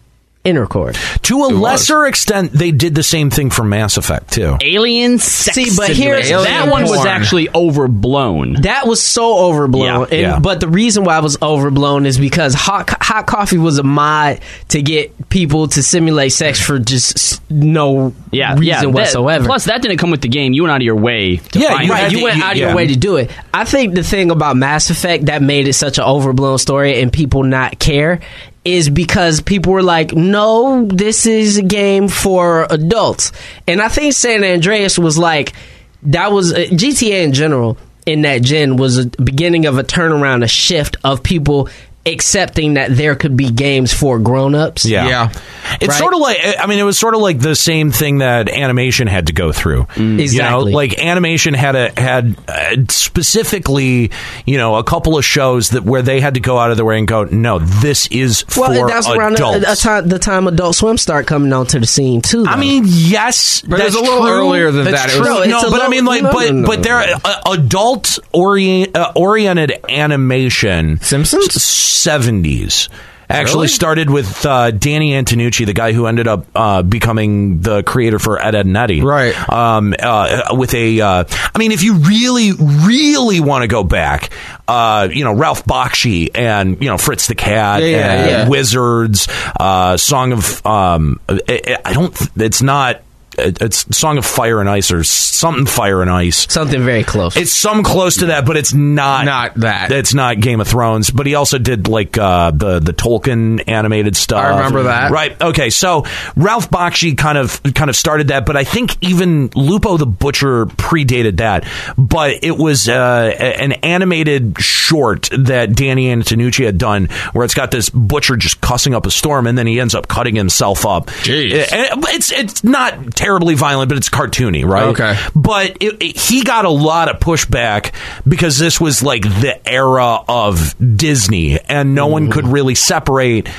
[SPEAKER 7] intercourse.
[SPEAKER 1] to a lesser extent, they did the same thing for Mass Effect too.
[SPEAKER 5] Alien sex.
[SPEAKER 7] See, but
[SPEAKER 5] simulator.
[SPEAKER 7] here's-
[SPEAKER 5] that one was
[SPEAKER 4] Alien
[SPEAKER 5] actually overblown.
[SPEAKER 7] That was so overblown.
[SPEAKER 5] Yeah,
[SPEAKER 7] and,
[SPEAKER 1] yeah.
[SPEAKER 7] But the reason why it was overblown is because hot, co- hot coffee was a mod to get people to simulate sex for just s- no
[SPEAKER 5] yeah,
[SPEAKER 7] reason
[SPEAKER 5] yeah, that-
[SPEAKER 7] whatsoever.
[SPEAKER 5] Plus, that didn't come with the game. You went out of your way. To
[SPEAKER 1] Yeah,
[SPEAKER 5] find
[SPEAKER 1] you
[SPEAKER 5] that.
[SPEAKER 1] had
[SPEAKER 7] Right, you
[SPEAKER 1] to-
[SPEAKER 7] went
[SPEAKER 1] you-
[SPEAKER 7] out of
[SPEAKER 1] yeah.
[SPEAKER 7] your way to do it. I think the thing about Mass Effect that made it such an overblown story and people not care is because people were like, "No, this is a game for adults." And I think San Andreas was like that was uh, GTA in general in that gen was a beginning of a turnaround, a shift of people accepting that there could be games for grown-ups.
[SPEAKER 1] Yeah.
[SPEAKER 4] Yeah.
[SPEAKER 1] It's
[SPEAKER 7] Right?
[SPEAKER 1] sort of like I mean it was sort of like the same thing that animation had to go through. You
[SPEAKER 7] Exactly.
[SPEAKER 1] know, like animation had a had uh, specifically, you know, a couple of shows that where they had to go out of their way and go, "No, this is
[SPEAKER 7] Well,
[SPEAKER 1] for
[SPEAKER 7] and that's around
[SPEAKER 1] adults."
[SPEAKER 7] the, the time the time Adult Swim started coming onto the scene too.
[SPEAKER 1] I
[SPEAKER 7] though.
[SPEAKER 1] mean, yes,
[SPEAKER 4] But it was
[SPEAKER 1] that's
[SPEAKER 4] a little
[SPEAKER 1] true.
[SPEAKER 4] earlier than
[SPEAKER 1] That's
[SPEAKER 4] that. It
[SPEAKER 1] True.
[SPEAKER 4] was-
[SPEAKER 7] No, it's
[SPEAKER 1] No,
[SPEAKER 7] a
[SPEAKER 1] but I
[SPEAKER 7] little-
[SPEAKER 1] mean, like,
[SPEAKER 7] no,
[SPEAKER 1] but
[SPEAKER 7] no, no,
[SPEAKER 1] but they're uh, adult orient, uh, oriented animation.
[SPEAKER 4] Simpsons?
[SPEAKER 1] seventies. Actually
[SPEAKER 4] Really?
[SPEAKER 1] started with uh, Danny Antonucci, the guy who ended up uh, becoming the creator for Ed, Ed and Eddy.
[SPEAKER 4] Right.
[SPEAKER 1] Um, uh, with a, uh, I mean, if you really, really want to go back, uh, you know, Ralph Bakshi and you know Fritz the Cat
[SPEAKER 4] Yeah, yeah,
[SPEAKER 1] and
[SPEAKER 4] yeah.
[SPEAKER 1] Wizards, uh, Song of um, I, I don't. It's not. It's Song of Fire and Ice or something Fire and Ice.
[SPEAKER 7] something very close.
[SPEAKER 1] It's some close to that, but it's not
[SPEAKER 4] Not that.
[SPEAKER 1] It's not Game of Thrones. But he also did like uh, the the Tolkien animated stuff.
[SPEAKER 4] I remember that.
[SPEAKER 1] Right. Okay. So Ralph Bakshi kind of kind of started that, but I think even Lupo the Butcher predated that. But it was uh, a- an animated short that Danny Antonucci had done, where it's got this butcher just cussing up a storm, and then he ends up cutting himself up.
[SPEAKER 4] Jeez.
[SPEAKER 1] And it's it's not terribly violent, but it's cartoony, right?
[SPEAKER 4] Okay.
[SPEAKER 1] But it, it- he got a lot of pushback because this was like the era of Disney, and no
[SPEAKER 7] Mm-hmm.
[SPEAKER 1] one could really separate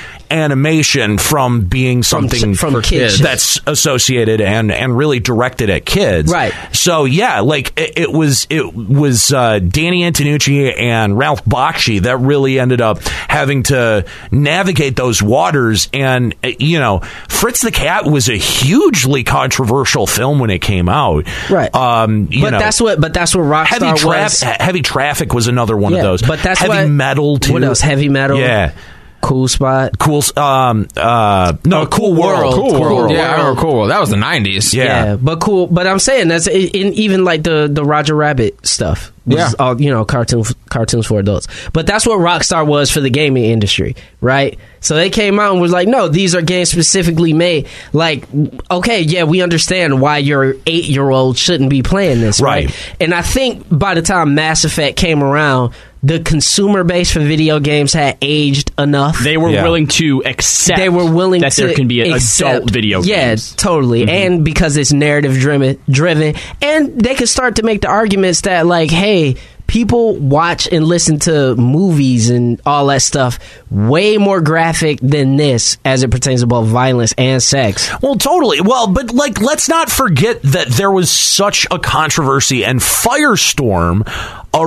[SPEAKER 1] animation from being something
[SPEAKER 7] from
[SPEAKER 1] for
[SPEAKER 7] kids.
[SPEAKER 1] that's associated and and really directed at kids.
[SPEAKER 7] Right.
[SPEAKER 1] So yeah, like it, it was it was uh, Danny Antonucci and Ralph Bakshi that really ended up having to navigate those waters, and uh, you know, Fritz the Cat was a hugely controversial film when it came out.
[SPEAKER 7] Right.
[SPEAKER 1] Um. You
[SPEAKER 7] but
[SPEAKER 1] know,
[SPEAKER 7] that's what. But that's what
[SPEAKER 1] Heavy,
[SPEAKER 7] Rockstar
[SPEAKER 1] Traf-
[SPEAKER 7] was.
[SPEAKER 1] heavy traffic was another one
[SPEAKER 7] Yeah,
[SPEAKER 1] of those.
[SPEAKER 7] But that's
[SPEAKER 1] heavy
[SPEAKER 7] what,
[SPEAKER 1] metal too.
[SPEAKER 7] What else? Heavy metal.
[SPEAKER 1] Yeah,
[SPEAKER 7] Cool spot.
[SPEAKER 1] cool. s- Um. Uh. No, cool, world.
[SPEAKER 4] Cool,
[SPEAKER 7] Oh, Cool
[SPEAKER 4] world.
[SPEAKER 7] World.
[SPEAKER 4] Yeah, I remember Cool World. That was the 90s.
[SPEAKER 1] Yeah.
[SPEAKER 7] But cool. But I'm saying that's i- in even like the the Roger Rabbit stuff. was
[SPEAKER 4] Yeah.
[SPEAKER 7] All you know, cartoon cartoons for adults. But that's what Rockstar was for the gaming industry, right? So they came out and was like, no, these are games specifically made. Like, okay, yeah, we understand why your eight year old shouldn't be playing this,
[SPEAKER 1] Right.
[SPEAKER 7] And I think by the time Mass Effect came around, the consumer base for video games had aged enough.
[SPEAKER 5] They were
[SPEAKER 4] Yeah.
[SPEAKER 5] willing to accept.
[SPEAKER 7] they were willing
[SPEAKER 5] that
[SPEAKER 7] to
[SPEAKER 5] there can be a
[SPEAKER 7] accept-
[SPEAKER 5] adult video
[SPEAKER 7] Yeah,
[SPEAKER 5] games.
[SPEAKER 7] totally. And because it's narrative driven, driven, and they could start to make the arguments that like, hey, people watch and listen to movies and all that stuff way more graphic than this as it pertains to both violence and sex.
[SPEAKER 1] Well, totally. Well, but like, let's not forget that there was such a controversy and firestorm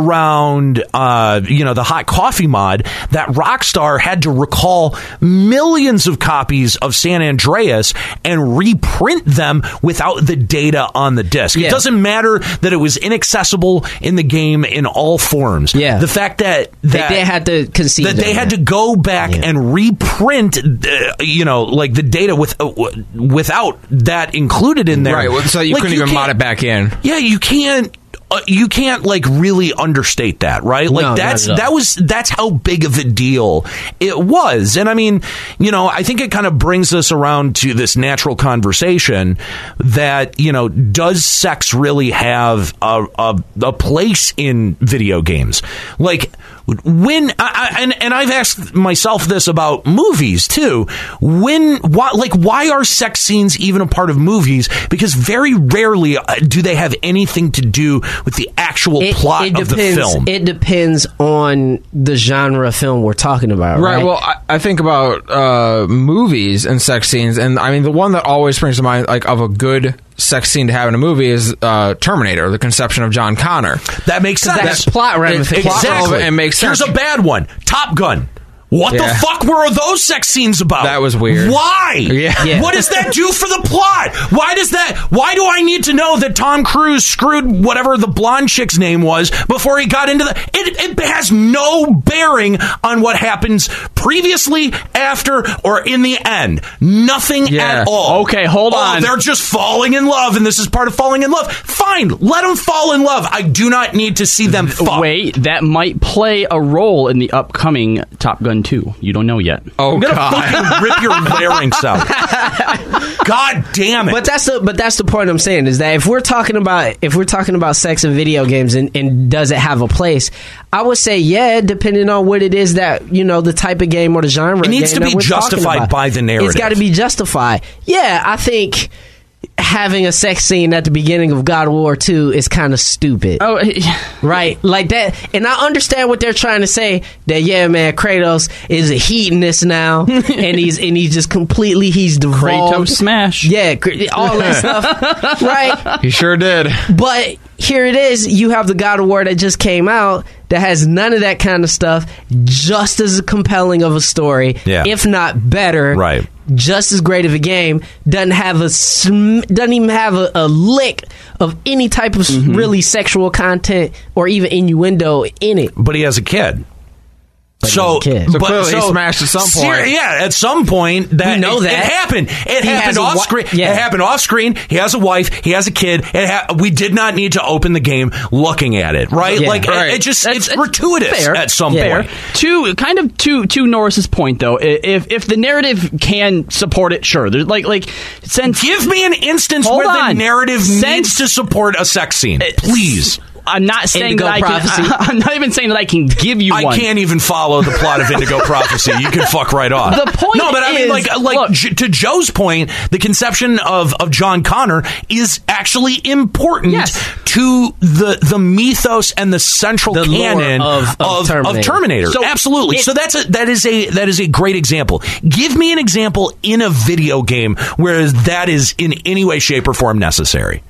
[SPEAKER 1] around, uh, you know, the hot coffee mod that Rockstar had to recall millions of copies of San Andreas and reprint them without the data on the disc. It
[SPEAKER 7] Yeah.
[SPEAKER 1] doesn't matter that it was inaccessible in the game in all forms.
[SPEAKER 7] Yeah.
[SPEAKER 1] The fact that,
[SPEAKER 7] They
[SPEAKER 1] that
[SPEAKER 7] did have to concede
[SPEAKER 1] that they
[SPEAKER 7] on
[SPEAKER 1] had to go back and reprint, uh, you know, like the data with uh, w- without that included in there.
[SPEAKER 4] Right. well, So you
[SPEAKER 1] Like,
[SPEAKER 4] couldn't even mod
[SPEAKER 1] can't-
[SPEAKER 4] it back in.
[SPEAKER 1] Yeah, you can't. Uh, you can't like really understate that, right? Like
[SPEAKER 7] not
[SPEAKER 1] that's
[SPEAKER 7] at all.
[SPEAKER 1] that was that's how big of a deal it was. And I mean, you know, I think it kind of brings us around to this natural conversation that you know, does sex really have a a, a place in video games? Like when I, I, and and I've asked myself this about movies too. When why like why are sex scenes even a part of movies? Because very rarely uh, do they have anything to do with the actual plot of the
[SPEAKER 7] depends,
[SPEAKER 1] film.
[SPEAKER 7] It depends on the genre of film we're talking about, right?
[SPEAKER 4] Right. Well, I, I think about uh, movies and sex scenes, and I mean the one that always springs to mind, like of a good sex scene to have in a movie, is uh, Terminator, the conception of John Connor.
[SPEAKER 1] that makes sense.
[SPEAKER 7] that's plot ramifications.
[SPEAKER 1] Exactly.
[SPEAKER 4] Plot relevant and makes sense.
[SPEAKER 1] Here's a bad one. Top Gun. What
[SPEAKER 4] Yeah.
[SPEAKER 1] the fuck were those sex scenes about?
[SPEAKER 4] That was weird.
[SPEAKER 1] Why?
[SPEAKER 4] Yeah. Yeah.
[SPEAKER 1] What does that do for the plot? Why does that? Why do I need to know that Tom Cruise screwed whatever the blonde chick's name was before he got into the? It, it has no bearing on what happens previously, after, or in the end. Nothing
[SPEAKER 4] Yeah.
[SPEAKER 1] at all.
[SPEAKER 5] Okay, hold
[SPEAKER 1] Oh,
[SPEAKER 5] on.
[SPEAKER 1] They're just falling in love, and this is part of falling in love. Fine, let them fall in love. I do not need to see them fuck.
[SPEAKER 5] Wait, that might play a role in the upcoming Top Gun 2. You don't know yet.
[SPEAKER 4] Oh
[SPEAKER 1] I'm gonna
[SPEAKER 4] God.
[SPEAKER 1] fucking rip your larynx out. God damn it!
[SPEAKER 7] But that's the but that's the point I'm saying is that if we're talking about if we're talking about sex and video games and, and does it have a place, I would say yeah, depending on what it is that you know the type of game or the genre. It
[SPEAKER 1] needs to be justified by the narrative.
[SPEAKER 7] It's got to be justified. Yeah, I think having a sex scene at the beginning of God of War Two is kind of stupid.
[SPEAKER 5] Oh,
[SPEAKER 7] Right, like that, and I understand what they're trying to say. That yeah, man, Kratos is a hedonist now, and he's and he's just completely he's devolved.
[SPEAKER 5] Kratos smash.
[SPEAKER 7] yeah, Kr- all that stuff, right?
[SPEAKER 4] He sure did.
[SPEAKER 7] But here it is. You have the God of War that just came out that has none of that kind of stuff. Just as compelling of a story,
[SPEAKER 1] Yeah.
[SPEAKER 7] if not better,
[SPEAKER 1] Right.
[SPEAKER 7] Just as great of a game doesn't have a sm- doesn't even have a, a lick of any type of s
[SPEAKER 5] Mm-hmm.
[SPEAKER 7] really sexual content or even innuendo in it.
[SPEAKER 1] but he has a kid. so,
[SPEAKER 7] he has a kid.
[SPEAKER 4] So clearly he smashed at some
[SPEAKER 1] Ser-
[SPEAKER 4] point.
[SPEAKER 1] yeah, at some point that
[SPEAKER 7] We know
[SPEAKER 1] it,
[SPEAKER 7] that.
[SPEAKER 1] it happened. It
[SPEAKER 7] He
[SPEAKER 1] happened
[SPEAKER 7] has a
[SPEAKER 1] off
[SPEAKER 7] wi-
[SPEAKER 1] screen.
[SPEAKER 7] yeah.
[SPEAKER 1] It happened off screen. He has a wife. He has a kid. It ha- we did not need to open the game looking at it, right?
[SPEAKER 7] Yeah.
[SPEAKER 1] like it-
[SPEAKER 4] Right.
[SPEAKER 1] It, just
[SPEAKER 5] That's-
[SPEAKER 1] it's
[SPEAKER 5] that's
[SPEAKER 1] gratuitous
[SPEAKER 5] fair.
[SPEAKER 1] at some
[SPEAKER 7] Yeah.
[SPEAKER 1] point.
[SPEAKER 5] To kind of to to Norris's point though, i- if if the narrative can support it, sure. There's like like since
[SPEAKER 1] Give me an instance
[SPEAKER 5] Hold
[SPEAKER 1] where the
[SPEAKER 5] on.
[SPEAKER 1] narrative
[SPEAKER 5] Since-
[SPEAKER 1] needs to support a sex scene, please.
[SPEAKER 5] I'm not saying
[SPEAKER 7] Indigo
[SPEAKER 5] that I
[SPEAKER 7] prophecy.
[SPEAKER 5] can. I, am not even saying that I can give you
[SPEAKER 1] I
[SPEAKER 5] one.
[SPEAKER 1] can't even follow the plot of Indigo Prophecy. You can fuck right off.
[SPEAKER 5] The point
[SPEAKER 1] no, but I mean,
[SPEAKER 5] is-
[SPEAKER 1] like, like
[SPEAKER 5] look-
[SPEAKER 1] J- to Joe's point, the conception of of John Connor is actually important
[SPEAKER 5] Yes.
[SPEAKER 1] to the the mythos and the central
[SPEAKER 7] The lore
[SPEAKER 1] canon
[SPEAKER 7] of- of Terminator.
[SPEAKER 5] So
[SPEAKER 1] Absolutely.
[SPEAKER 5] it-
[SPEAKER 1] so that's a that is a that is a great example. Give me an example in a video game where that is in any way, shape, or form necessary.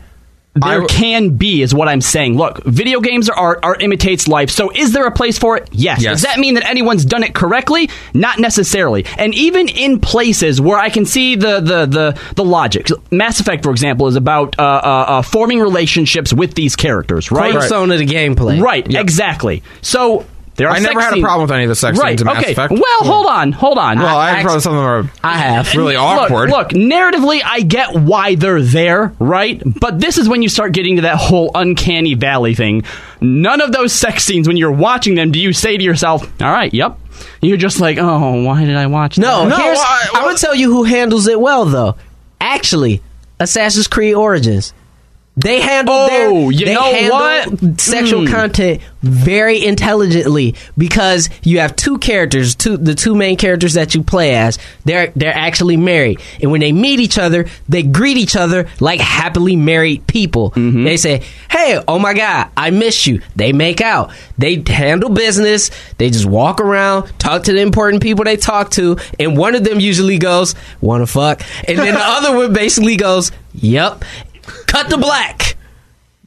[SPEAKER 5] There can be, is what I'm saying. Look, video games are art. Art imitates life. So, is there a place for it? Yes.
[SPEAKER 4] Yes.
[SPEAKER 5] Does that mean that anyone's done it correctly? Not necessarily. And even in places where I can see the the the, the logic. Mass Effect, for example, is about uh, uh, uh, forming relationships with these characters, right?
[SPEAKER 7] Cornerstone of the gameplay,
[SPEAKER 5] Right. Exactly. So there are.
[SPEAKER 4] I never
[SPEAKER 5] sex
[SPEAKER 4] had a
[SPEAKER 5] scenes-
[SPEAKER 4] problem with any of the sex
[SPEAKER 5] Right.
[SPEAKER 4] scenes in Mass
[SPEAKER 5] okay.
[SPEAKER 4] Effect. Hmm.
[SPEAKER 5] Well, hold on. Hold on.
[SPEAKER 4] Well, I,
[SPEAKER 5] I-
[SPEAKER 4] had probably some of them are.
[SPEAKER 7] I have.
[SPEAKER 4] really awkward.
[SPEAKER 5] Look, look, narratively, I get why they're there, right? But this is when you start getting to that whole uncanny valley thing. None of those sex scenes, when you're watching them, do you say to yourself, all right, yep. You're just like, oh, why did I watch
[SPEAKER 7] No,
[SPEAKER 5] that?
[SPEAKER 7] no. Here's,
[SPEAKER 4] I-
[SPEAKER 7] I, am gonna tell you who handles it well, though. Actually, Assassin's Creed Origins. They handle
[SPEAKER 5] Oh,
[SPEAKER 7] their
[SPEAKER 5] you
[SPEAKER 7] they
[SPEAKER 5] know
[SPEAKER 7] handle
[SPEAKER 5] what?
[SPEAKER 7] sexual
[SPEAKER 5] Mm.
[SPEAKER 7] content very intelligently because you have two characters, two the two main characters that you play as. They're they're actually married, and when they meet each other, they greet each other like happily married people. They say, "Hey, oh my god, I miss you." They make out. They handle business. They just walk around, talk to the important people they talk to, and one of them usually goes, "Wanna fuck," and then the other one basically goes, "Yep." Cut the black.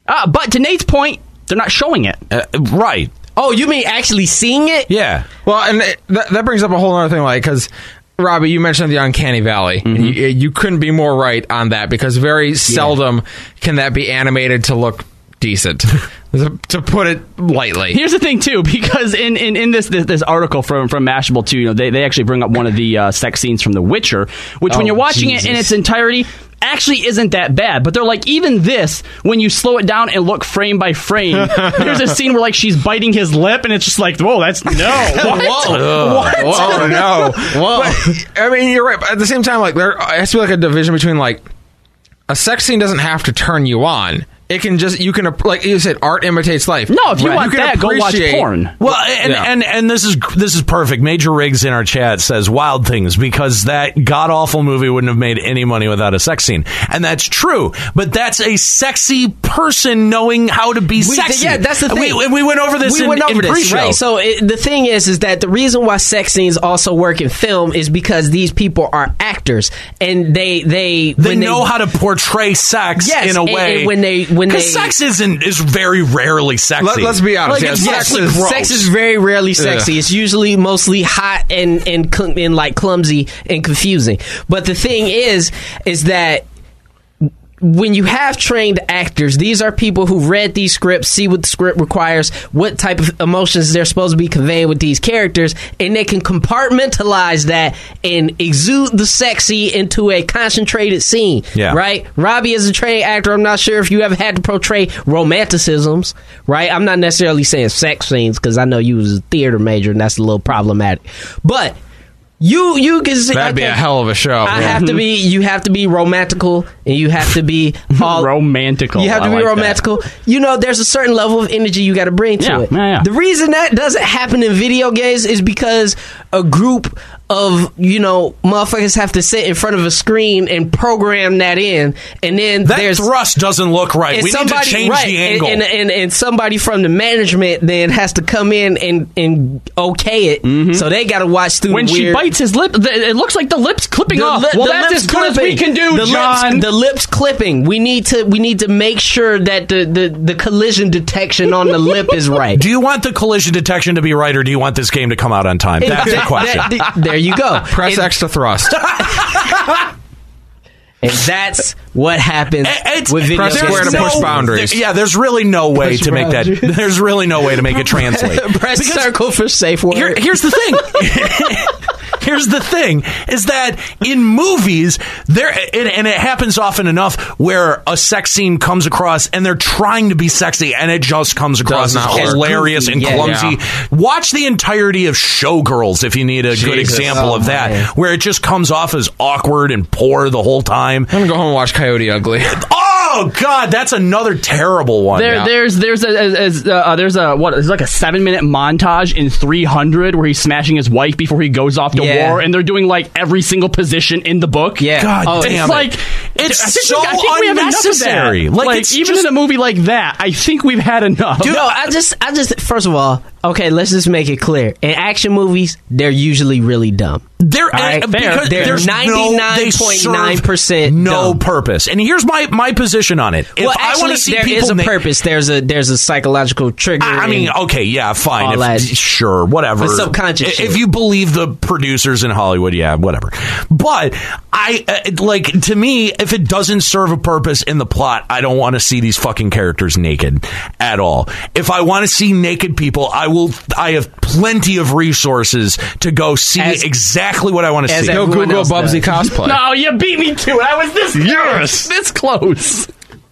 [SPEAKER 5] Ah, but to Nate's point, they're not showing it.
[SPEAKER 1] Uh, right.
[SPEAKER 7] Oh, you mean actually seeing it?
[SPEAKER 1] Yeah.
[SPEAKER 4] Well, and it, that, that brings up a whole other thing, like because Robbie, you mentioned the uncanny valley.
[SPEAKER 5] Mm-hmm.
[SPEAKER 4] You, you couldn't be more right on that because very seldom can that be animated to look decent, to, to put it lightly.
[SPEAKER 5] Here's the thing too, because in, in, in this, this this article from from Mashable too, you know, they, they actually bring up one of the uh, sex scenes from The Witcher, which when
[SPEAKER 4] Oh,
[SPEAKER 5] you're watching it in
[SPEAKER 4] Jesus.
[SPEAKER 5] its entirety actually isn't that bad. But they're like, even this, when you slow it down and look frame by frame, there's a scene where like she's biting his lip, and it's just like, whoa, that's no, what?
[SPEAKER 4] Whoa! Whoa! No! Whoa! I mean, you're right. But at the same time, like there has to be like a division between like a sex scene doesn't have to turn you on. It can just you can app- like you said, art imitates life.
[SPEAKER 5] No, if you
[SPEAKER 4] Right.
[SPEAKER 5] want
[SPEAKER 4] can
[SPEAKER 5] that, go watch
[SPEAKER 4] appreciate-
[SPEAKER 5] porn.
[SPEAKER 1] Well, and,
[SPEAKER 4] Yeah.
[SPEAKER 1] and and this is this is perfect. Major Riggs in our chat says wild things because that god awful movie wouldn't have made any money without a sex scene, and that's true. But that's a sexy person knowing how to be sexy.
[SPEAKER 7] yeah, that's the
[SPEAKER 1] And
[SPEAKER 7] thing.
[SPEAKER 1] We, and we went over this.
[SPEAKER 7] we
[SPEAKER 1] in,
[SPEAKER 7] went
[SPEAKER 1] in
[SPEAKER 7] over this,
[SPEAKER 1] pre-show.
[SPEAKER 7] right? So it, the thing is, is that the reason why sex scenes also work in film is because these people are actors and they they
[SPEAKER 1] they know how to portray sex
[SPEAKER 7] Yes,
[SPEAKER 1] in a
[SPEAKER 7] and-
[SPEAKER 1] way
[SPEAKER 7] and when they- when
[SPEAKER 1] 'Cause
[SPEAKER 7] they-
[SPEAKER 1] sex isn't is very rarely sexy.
[SPEAKER 4] Let, us be honest.
[SPEAKER 1] Like,
[SPEAKER 4] yeah,
[SPEAKER 1] it's
[SPEAKER 4] sex
[SPEAKER 1] mostly
[SPEAKER 4] is
[SPEAKER 1] gross.
[SPEAKER 7] Sex is very rarely sexy. It's usually mostly hot and and cl- and like clumsy and confusing. But the thing is, is that when you have trained actors, these are people who read these scripts, see what the script requires, what type of emotions they're supposed to be conveying with these characters, and they can compartmentalize that and exude the sexy into a concentrated scene.
[SPEAKER 1] Yeah.
[SPEAKER 7] Right? Robbie is a trained actor. I'm not sure if you ever had to portray romanticisms, right? I'm not necessarily saying sex scenes because I know you was a theater major and that's a little problematic. But you you can see
[SPEAKER 4] That'd be a
[SPEAKER 7] okay.
[SPEAKER 4] hell of a show.
[SPEAKER 7] I have to be. You have to be romantical, and you have to be all.
[SPEAKER 5] romantical.
[SPEAKER 7] you have to
[SPEAKER 5] I
[SPEAKER 7] be
[SPEAKER 5] like that.
[SPEAKER 7] romantical. You know, there's a certain level of energy you got to bring to
[SPEAKER 5] Yeah,
[SPEAKER 7] it.
[SPEAKER 5] yeah, yeah.
[SPEAKER 7] The reason that doesn't happen in video games is because a group of you know motherfuckers have to sit in front of a screen and program that in, and then
[SPEAKER 1] that
[SPEAKER 7] there's
[SPEAKER 1] thrust doesn't look right.
[SPEAKER 7] and
[SPEAKER 1] We need to
[SPEAKER 7] somebody-
[SPEAKER 1] change
[SPEAKER 7] right,
[SPEAKER 1] the
[SPEAKER 7] and-
[SPEAKER 1] angle.
[SPEAKER 7] And, and, and somebody from the management then has to come in and, and okay it. So they got to watch through
[SPEAKER 5] When
[SPEAKER 7] the
[SPEAKER 5] she
[SPEAKER 7] weird-
[SPEAKER 5] bites his lip, th- it looks like the lip's clipping off.
[SPEAKER 7] li-
[SPEAKER 5] well,
[SPEAKER 7] the
[SPEAKER 5] that's
[SPEAKER 7] lips
[SPEAKER 5] as good as we can
[SPEAKER 7] clipping.
[SPEAKER 5] do,
[SPEAKER 7] the
[SPEAKER 5] John.
[SPEAKER 7] Lips, the lips clipping. We need to we need to make sure that the the, the collision detection on the lip is right.
[SPEAKER 1] do you want the collision detection to be right, or do you want this game to come out on time? That's the
[SPEAKER 7] That-
[SPEAKER 1] question.
[SPEAKER 7] that- there you go.
[SPEAKER 4] Press
[SPEAKER 7] and,
[SPEAKER 4] X to thrust.
[SPEAKER 7] and that's what happens
[SPEAKER 1] It's,
[SPEAKER 7] with video
[SPEAKER 4] press
[SPEAKER 7] games.
[SPEAKER 4] square to push boundaries.
[SPEAKER 1] yeah, there's really no way to make that. There's really no way to make it translate.
[SPEAKER 7] Press
[SPEAKER 1] Because
[SPEAKER 7] circle for safe word.
[SPEAKER 1] here- here's the thing. Here's the thing is that in movies there and, and it happens often enough where a sex scene comes across and they're trying to be sexy and it just comes across as
[SPEAKER 4] not work.
[SPEAKER 1] hilarious and
[SPEAKER 7] Yeah.
[SPEAKER 1] clumsy. Watch the entirety of Showgirls if you need a good
[SPEAKER 4] Jesus.
[SPEAKER 1] example
[SPEAKER 7] Oh,
[SPEAKER 1] of that
[SPEAKER 7] man.
[SPEAKER 1] where it just comes off as awkward and poor the whole time.
[SPEAKER 4] I'm gonna go home and watch Coyote Ugly.
[SPEAKER 1] Oh god, that's another terrible one.
[SPEAKER 5] There, there's there's a, as- as, uh, there's a what there's like a seven minute montage in 300 where he's smashing his wife before he goes off to
[SPEAKER 7] Yeah.
[SPEAKER 5] war, and they're doing like every single position in the book.
[SPEAKER 7] Yeah.
[SPEAKER 1] God
[SPEAKER 7] Oh,
[SPEAKER 5] It's
[SPEAKER 1] damn it.
[SPEAKER 5] like
[SPEAKER 1] It's
[SPEAKER 5] I think
[SPEAKER 1] so
[SPEAKER 5] we, I think we have enough of that.
[SPEAKER 1] unnecessary. Like,
[SPEAKER 5] Like,
[SPEAKER 1] it's
[SPEAKER 5] even
[SPEAKER 1] just-
[SPEAKER 5] in a movie like that, I think we've had enough.
[SPEAKER 7] no, I just, I just. First of all, okay, let's just make it clear. In action movies, they're usually really dumb.
[SPEAKER 1] They're,
[SPEAKER 7] right,
[SPEAKER 1] and-
[SPEAKER 7] fair.
[SPEAKER 1] because
[SPEAKER 7] They're
[SPEAKER 1] there's no, they serve
[SPEAKER 7] 99.9%
[SPEAKER 1] no
[SPEAKER 7] dumb.
[SPEAKER 1] purpose. And here's my my position on it. If
[SPEAKER 7] well,
[SPEAKER 1] I
[SPEAKER 7] actually,
[SPEAKER 1] want to see
[SPEAKER 7] there
[SPEAKER 1] people
[SPEAKER 7] is a
[SPEAKER 1] make-
[SPEAKER 7] purpose. There's a there's a psychological trigger.
[SPEAKER 1] I I mean,
[SPEAKER 7] and-
[SPEAKER 1] okay, yeah, fine.
[SPEAKER 7] all
[SPEAKER 1] if-
[SPEAKER 7] that.
[SPEAKER 1] sure, whatever.
[SPEAKER 7] But subconscious
[SPEAKER 1] I- If,
[SPEAKER 7] shit.
[SPEAKER 1] you believe the producers in Hollywood, yeah, whatever. But I uh, it- like to me, if it doesn't serve a purpose in the plot, I don't want to see these fucking characters naked at all. If I want to see naked people, I will. I have plenty of resources to go see
[SPEAKER 7] As-
[SPEAKER 1] exactly what I want to
[SPEAKER 7] as
[SPEAKER 1] see.
[SPEAKER 7] a-
[SPEAKER 4] go
[SPEAKER 7] Everyone
[SPEAKER 4] Google
[SPEAKER 7] else
[SPEAKER 4] Bubsy cosplay.
[SPEAKER 5] No, you beat me to it. I was this yes. this close.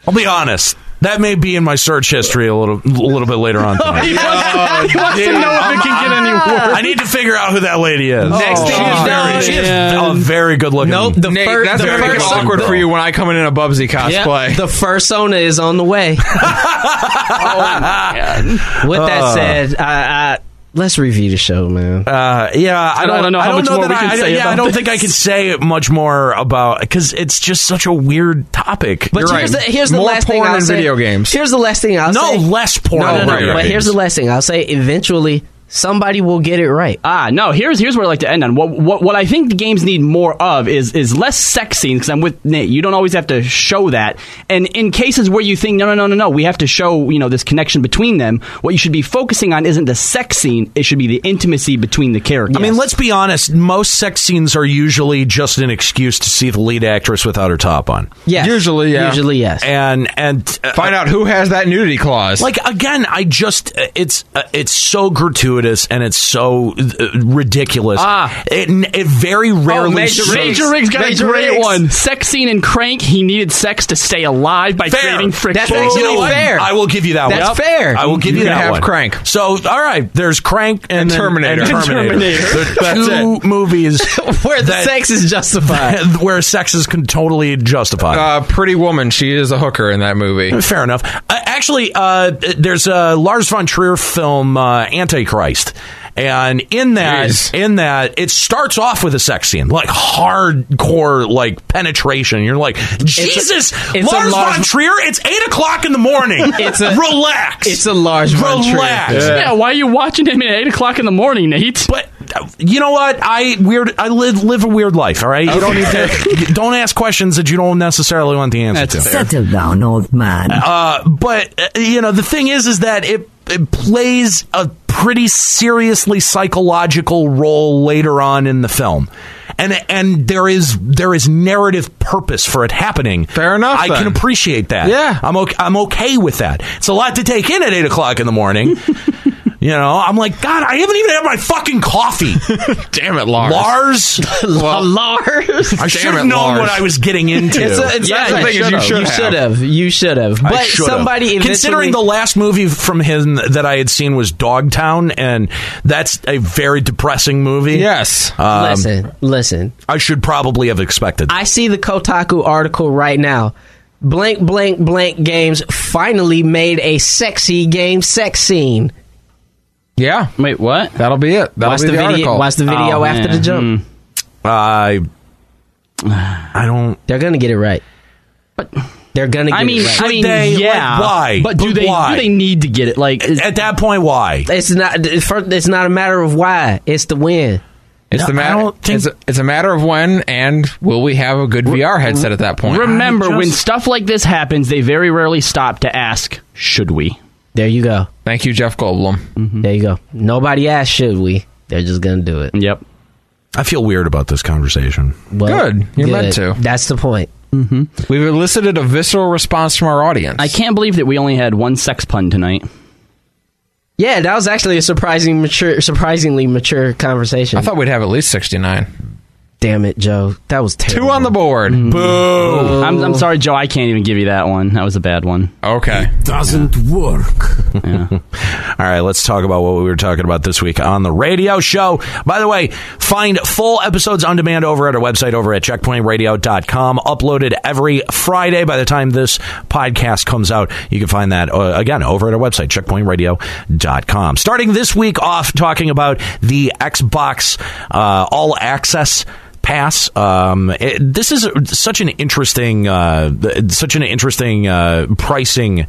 [SPEAKER 1] I'll be honest. That may be in my search history a little, a little bit later on. Tonight.
[SPEAKER 5] He wants, he wants to know if it can get any worse.
[SPEAKER 1] I need to figure out who that lady is.
[SPEAKER 4] Next thing you
[SPEAKER 1] she's
[SPEAKER 4] know,
[SPEAKER 1] very,
[SPEAKER 4] she
[SPEAKER 5] is-
[SPEAKER 1] oh, very good looking.
[SPEAKER 7] Nope, the
[SPEAKER 4] Nate,
[SPEAKER 7] first,
[SPEAKER 4] that's
[SPEAKER 7] the
[SPEAKER 4] gonna make it
[SPEAKER 7] first,
[SPEAKER 4] awkward for you when I come in in a Bubsy
[SPEAKER 7] Yep,
[SPEAKER 4] cosplay.
[SPEAKER 7] the fursona is on the way. Oh, With that said, I, I, let's review the show, man.
[SPEAKER 1] Uh, yeah, I don't,
[SPEAKER 5] don't know how much more
[SPEAKER 1] that
[SPEAKER 5] we
[SPEAKER 1] I-
[SPEAKER 5] can
[SPEAKER 1] I, don't-
[SPEAKER 5] say
[SPEAKER 1] yeah, I
[SPEAKER 5] about
[SPEAKER 1] don't
[SPEAKER 5] this.
[SPEAKER 1] think I can say much more about because it's just such a weird topic.
[SPEAKER 7] But
[SPEAKER 4] You're
[SPEAKER 7] here's
[SPEAKER 4] right.
[SPEAKER 7] the here's the
[SPEAKER 4] More
[SPEAKER 7] last thing
[SPEAKER 4] porn
[SPEAKER 7] I'll
[SPEAKER 4] and
[SPEAKER 7] say.
[SPEAKER 4] video games.
[SPEAKER 7] Here's the last thing I'll
[SPEAKER 1] no
[SPEAKER 7] say.
[SPEAKER 1] less porn.
[SPEAKER 7] No, no, no.
[SPEAKER 1] over here.
[SPEAKER 7] But here's the last thing I'll say. Eventually, somebody will get it right. Uh,
[SPEAKER 5] Ah, no. Here's here's where I like to end on. What what what I think the games need more of is is less sex scenes. Because I'm with Nate. You don't always have to show that. And in cases where you think no no no no no, we have to show you know this connection between them. What you should be focusing on isn't the sex scene. It should be the intimacy between the characters.
[SPEAKER 1] I mean, let's be honest. Most sex scenes are usually just an excuse to see the lead actress without her top on,
[SPEAKER 7] Yes.
[SPEAKER 4] Usually, yeah.
[SPEAKER 7] Usually, yes.
[SPEAKER 1] and and uh,
[SPEAKER 4] Find out who has that nudity clause.
[SPEAKER 1] Like again, I just it's uh, it's so gratuitous and it's so uh, ridiculous.
[SPEAKER 5] Ah.
[SPEAKER 1] it it very rarely.
[SPEAKER 4] Major
[SPEAKER 1] shows-
[SPEAKER 4] Riggs.
[SPEAKER 5] Major Riggs got
[SPEAKER 4] Major
[SPEAKER 5] a great
[SPEAKER 4] Riggs.
[SPEAKER 5] one. Sex scene in Crank. He needed sex to stay alive by
[SPEAKER 1] Fair.
[SPEAKER 5] creating friction.
[SPEAKER 7] That's actually
[SPEAKER 1] You know what?
[SPEAKER 7] fair.
[SPEAKER 1] I will give you that
[SPEAKER 7] That's
[SPEAKER 1] one.
[SPEAKER 7] fair.
[SPEAKER 1] I will give you,
[SPEAKER 4] You can
[SPEAKER 1] that
[SPEAKER 4] have
[SPEAKER 1] one.
[SPEAKER 4] Crank.
[SPEAKER 1] So, all right, there's Crank and,
[SPEAKER 4] And
[SPEAKER 1] then-
[SPEAKER 4] Terminator.
[SPEAKER 1] and
[SPEAKER 4] And
[SPEAKER 1] Terminator.
[SPEAKER 4] Terminator.
[SPEAKER 1] There are
[SPEAKER 4] That's
[SPEAKER 1] two movies
[SPEAKER 7] Where the
[SPEAKER 1] that-
[SPEAKER 7] sex is justified.
[SPEAKER 1] where sex is con- totally justified.
[SPEAKER 4] uh, pretty woman. She is a hooker in that movie.
[SPEAKER 1] Fair enough. Uh, actually, uh, there's a Lars von Trier film, uh, Antichrist, and in that,
[SPEAKER 4] Jeez.
[SPEAKER 1] in that, it starts off with a sex scene, like hardcore, like penetration. You're like, Jesus,
[SPEAKER 7] it's a
[SPEAKER 1] Lars,
[SPEAKER 7] Lars-
[SPEAKER 1] von Trier. It's eight o'clock in the morning.
[SPEAKER 7] It's a-
[SPEAKER 1] relax.
[SPEAKER 7] It's a large one.
[SPEAKER 1] relax.
[SPEAKER 5] yeah. Why are you watching him at eight o'clock in the morning, Nate?
[SPEAKER 1] But uh, you know what? I weird. I live live a weird life. All right. You don't need to. you don't ask questions that you don't necessarily want the answer to.
[SPEAKER 3] Settle down, old man.
[SPEAKER 1] Uh, but uh, you know, the thing is, is that it it plays a pretty seriously psychological role later on in the film. And, and there is there is narrative purpose for it happening.
[SPEAKER 4] Fair enough,
[SPEAKER 1] I can
[SPEAKER 4] then.
[SPEAKER 1] appreciate that.
[SPEAKER 4] Yeah.
[SPEAKER 1] I'm okay. I'm okay with that. It's a lot to take in at eight o'clock in the morning. you know, I'm like, God, I haven't even had my fucking coffee.
[SPEAKER 4] Damn it, Lars.
[SPEAKER 1] Lars,
[SPEAKER 7] Lars.
[SPEAKER 1] I
[SPEAKER 4] Damn
[SPEAKER 1] should
[SPEAKER 4] it,
[SPEAKER 1] have known
[SPEAKER 4] Lars.
[SPEAKER 1] what I was getting into.
[SPEAKER 7] It's a, it's
[SPEAKER 4] Yeah,
[SPEAKER 7] that's the
[SPEAKER 4] you
[SPEAKER 7] thing is
[SPEAKER 4] should've.
[SPEAKER 7] you should have. You should have.
[SPEAKER 1] I
[SPEAKER 7] But
[SPEAKER 1] should've.
[SPEAKER 7] somebody eventually-
[SPEAKER 1] considering the last movie from him that I had seen was Dogtown, and that's a very depressing movie.
[SPEAKER 4] Yes.
[SPEAKER 1] Um,
[SPEAKER 7] listen, listen.
[SPEAKER 1] I should probably have expected. that.
[SPEAKER 7] I see the Kotaku article right now. Blank, blank, blank games finally made a sexy game sex scene.
[SPEAKER 4] yeah.
[SPEAKER 5] Wait, what?
[SPEAKER 4] That'll be it. That'll
[SPEAKER 7] Watch
[SPEAKER 4] be
[SPEAKER 7] the,
[SPEAKER 4] the,
[SPEAKER 7] video.
[SPEAKER 4] article.
[SPEAKER 7] Watch the video
[SPEAKER 5] Oh,
[SPEAKER 7] after
[SPEAKER 5] man.
[SPEAKER 7] the jump.
[SPEAKER 5] Hmm.
[SPEAKER 1] I I don't.
[SPEAKER 7] They're gonna get it right. But they're gonna. Get
[SPEAKER 5] I mean,
[SPEAKER 7] it right.
[SPEAKER 5] I mean,
[SPEAKER 1] they? Like,
[SPEAKER 5] yeah.
[SPEAKER 1] why?
[SPEAKER 5] But do
[SPEAKER 1] But
[SPEAKER 5] they?
[SPEAKER 1] why?
[SPEAKER 5] Do they need to get it? Like, is-
[SPEAKER 1] At that point, why?
[SPEAKER 7] it's not. it's fir- It's not a matter of why. It's the win.
[SPEAKER 4] It's the
[SPEAKER 1] No, I
[SPEAKER 4] matter.
[SPEAKER 1] don't think-
[SPEAKER 4] it's, a, it's a matter of when and will we have a good VR headset at that point?
[SPEAKER 5] remember
[SPEAKER 1] just-
[SPEAKER 5] when stuff like this happens, they very rarely stop to ask, "Should we?"
[SPEAKER 7] There you go.
[SPEAKER 4] Thank you, Jeff Goldblum.
[SPEAKER 7] There you go. Nobody asked, should we? They're just gonna do it.
[SPEAKER 5] Yep.
[SPEAKER 1] I feel weird about this conversation.
[SPEAKER 7] Well,
[SPEAKER 4] Good. You're meant to.
[SPEAKER 7] That's the point.
[SPEAKER 4] We've elicited a visceral response from our audience.
[SPEAKER 5] I can't believe that we only had one sex pun tonight.
[SPEAKER 7] Yeah, that was actually a surprising mature, surprisingly mature conversation.
[SPEAKER 4] I thought we'd have at least 69.
[SPEAKER 7] Damn it, Joe. That was terrible.
[SPEAKER 4] Two on the board.
[SPEAKER 7] Mm.
[SPEAKER 4] Boo.
[SPEAKER 5] I'm, I'm sorry, Joe. I can't even give you that one. That was a bad one.
[SPEAKER 4] Okay.
[SPEAKER 3] Doesn't work.
[SPEAKER 1] All right, let's talk about what we were talking about this week on the radio show. By the way, find full episodes on demand over at our website over at checkpointradio.com, uploaded every Friday. By the time this podcast comes out, you can find that uh, again over at our website, checkpointradio.com. Starting this week off, talking about the Xbox uh, All Access pass. Um, it- this is such an interesting, uh, th- such an interesting uh, pricing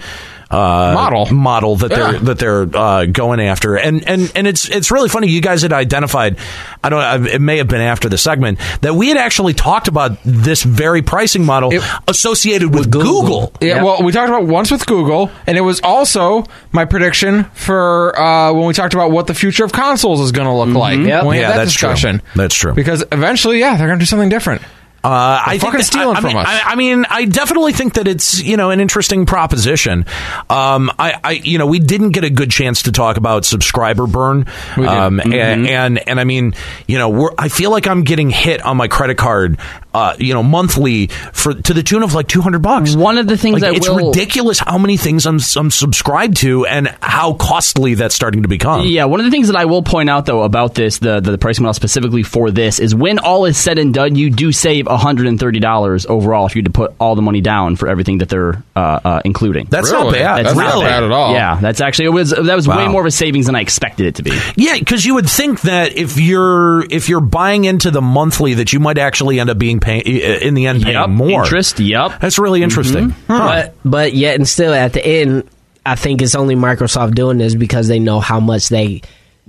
[SPEAKER 1] uh,
[SPEAKER 4] Model.
[SPEAKER 1] model that they're
[SPEAKER 4] Yeah.
[SPEAKER 1] that they're uh, going after, and and and it's it's really funny. You guys had identified, I don't, know, it may have been after the segment that we had actually talked about this very pricing model
[SPEAKER 4] It-
[SPEAKER 1] associated with, Google.
[SPEAKER 4] Yeah, well, we talked about once with Google, and it was also my prediction for uh, when we talked about what the future of consoles is going to
[SPEAKER 1] Mm-hmm.
[SPEAKER 4] look like.
[SPEAKER 7] Yep.
[SPEAKER 4] When we had
[SPEAKER 1] Yeah,
[SPEAKER 4] that
[SPEAKER 1] that's
[SPEAKER 4] discussion.
[SPEAKER 1] true. That's true.
[SPEAKER 4] Because eventually, yeah, they're going to do something different.
[SPEAKER 1] Uh, I
[SPEAKER 4] fucking
[SPEAKER 1] that-
[SPEAKER 4] stealing
[SPEAKER 1] I, I
[SPEAKER 4] from
[SPEAKER 1] mean,
[SPEAKER 4] us.
[SPEAKER 1] I, I mean, I definitely think that it's you know an interesting proposition. Um, I, I you know we didn't get a good chance to talk about subscriber burn.
[SPEAKER 4] didn't. Mm-hmm.
[SPEAKER 1] Um, and, and and I mean, you know, we're, I feel like I'm getting hit on my credit card uh, you know, monthly for to the tune of like two hundred bucks.
[SPEAKER 5] One of the things
[SPEAKER 1] Like,
[SPEAKER 5] I
[SPEAKER 1] it's
[SPEAKER 5] will-
[SPEAKER 1] ridiculous how many things I'm, I'm subscribed to and how costly that's starting to become.
[SPEAKER 5] Yeah, one of the things that I will point out though about this, the the pricing model specifically for this is when all is said and done, you do save one hundred and thirty dollars overall if you had to put all the money down for everything that they're uh, uh, including.
[SPEAKER 1] That's not
[SPEAKER 4] Really?
[SPEAKER 1] bad.
[SPEAKER 4] That's
[SPEAKER 1] really.
[SPEAKER 4] not bad at all.
[SPEAKER 5] Yeah, that's actually it was that was way
[SPEAKER 1] Wow.
[SPEAKER 5] more of a savings than I expected it to be.
[SPEAKER 1] Yeah, because you would think that if you're if you're buying into the monthly, that you might actually end up being paying in the end paying
[SPEAKER 5] Yup,
[SPEAKER 1] more
[SPEAKER 5] interest, yup. Mm-hmm.
[SPEAKER 1] That's really interesting. Huh.
[SPEAKER 7] But but yet and still at the end, I think it's only Microsoft doing this because they know how much they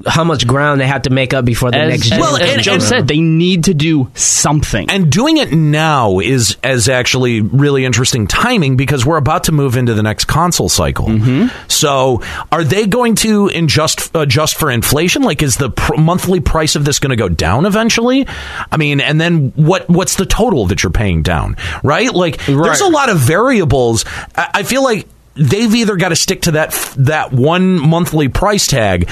[SPEAKER 7] how much ground they have to make up before the next
[SPEAKER 5] As,
[SPEAKER 7] gen.
[SPEAKER 5] as,
[SPEAKER 1] Well,
[SPEAKER 5] as
[SPEAKER 1] and-
[SPEAKER 5] Joe
[SPEAKER 1] and-
[SPEAKER 5] said, they need to do something.
[SPEAKER 1] and doing it now is as actually really interesting timing because we're about to move into the next console cycle. So, are they going to adjust adjust for inflation? Like, is the pr- monthly price of this going to go down eventually? I mean, and then what? What's the total that you're paying down? Right? Like, there's a lot of variables. I, I feel like they've either got to stick to that f- that one monthly price tag.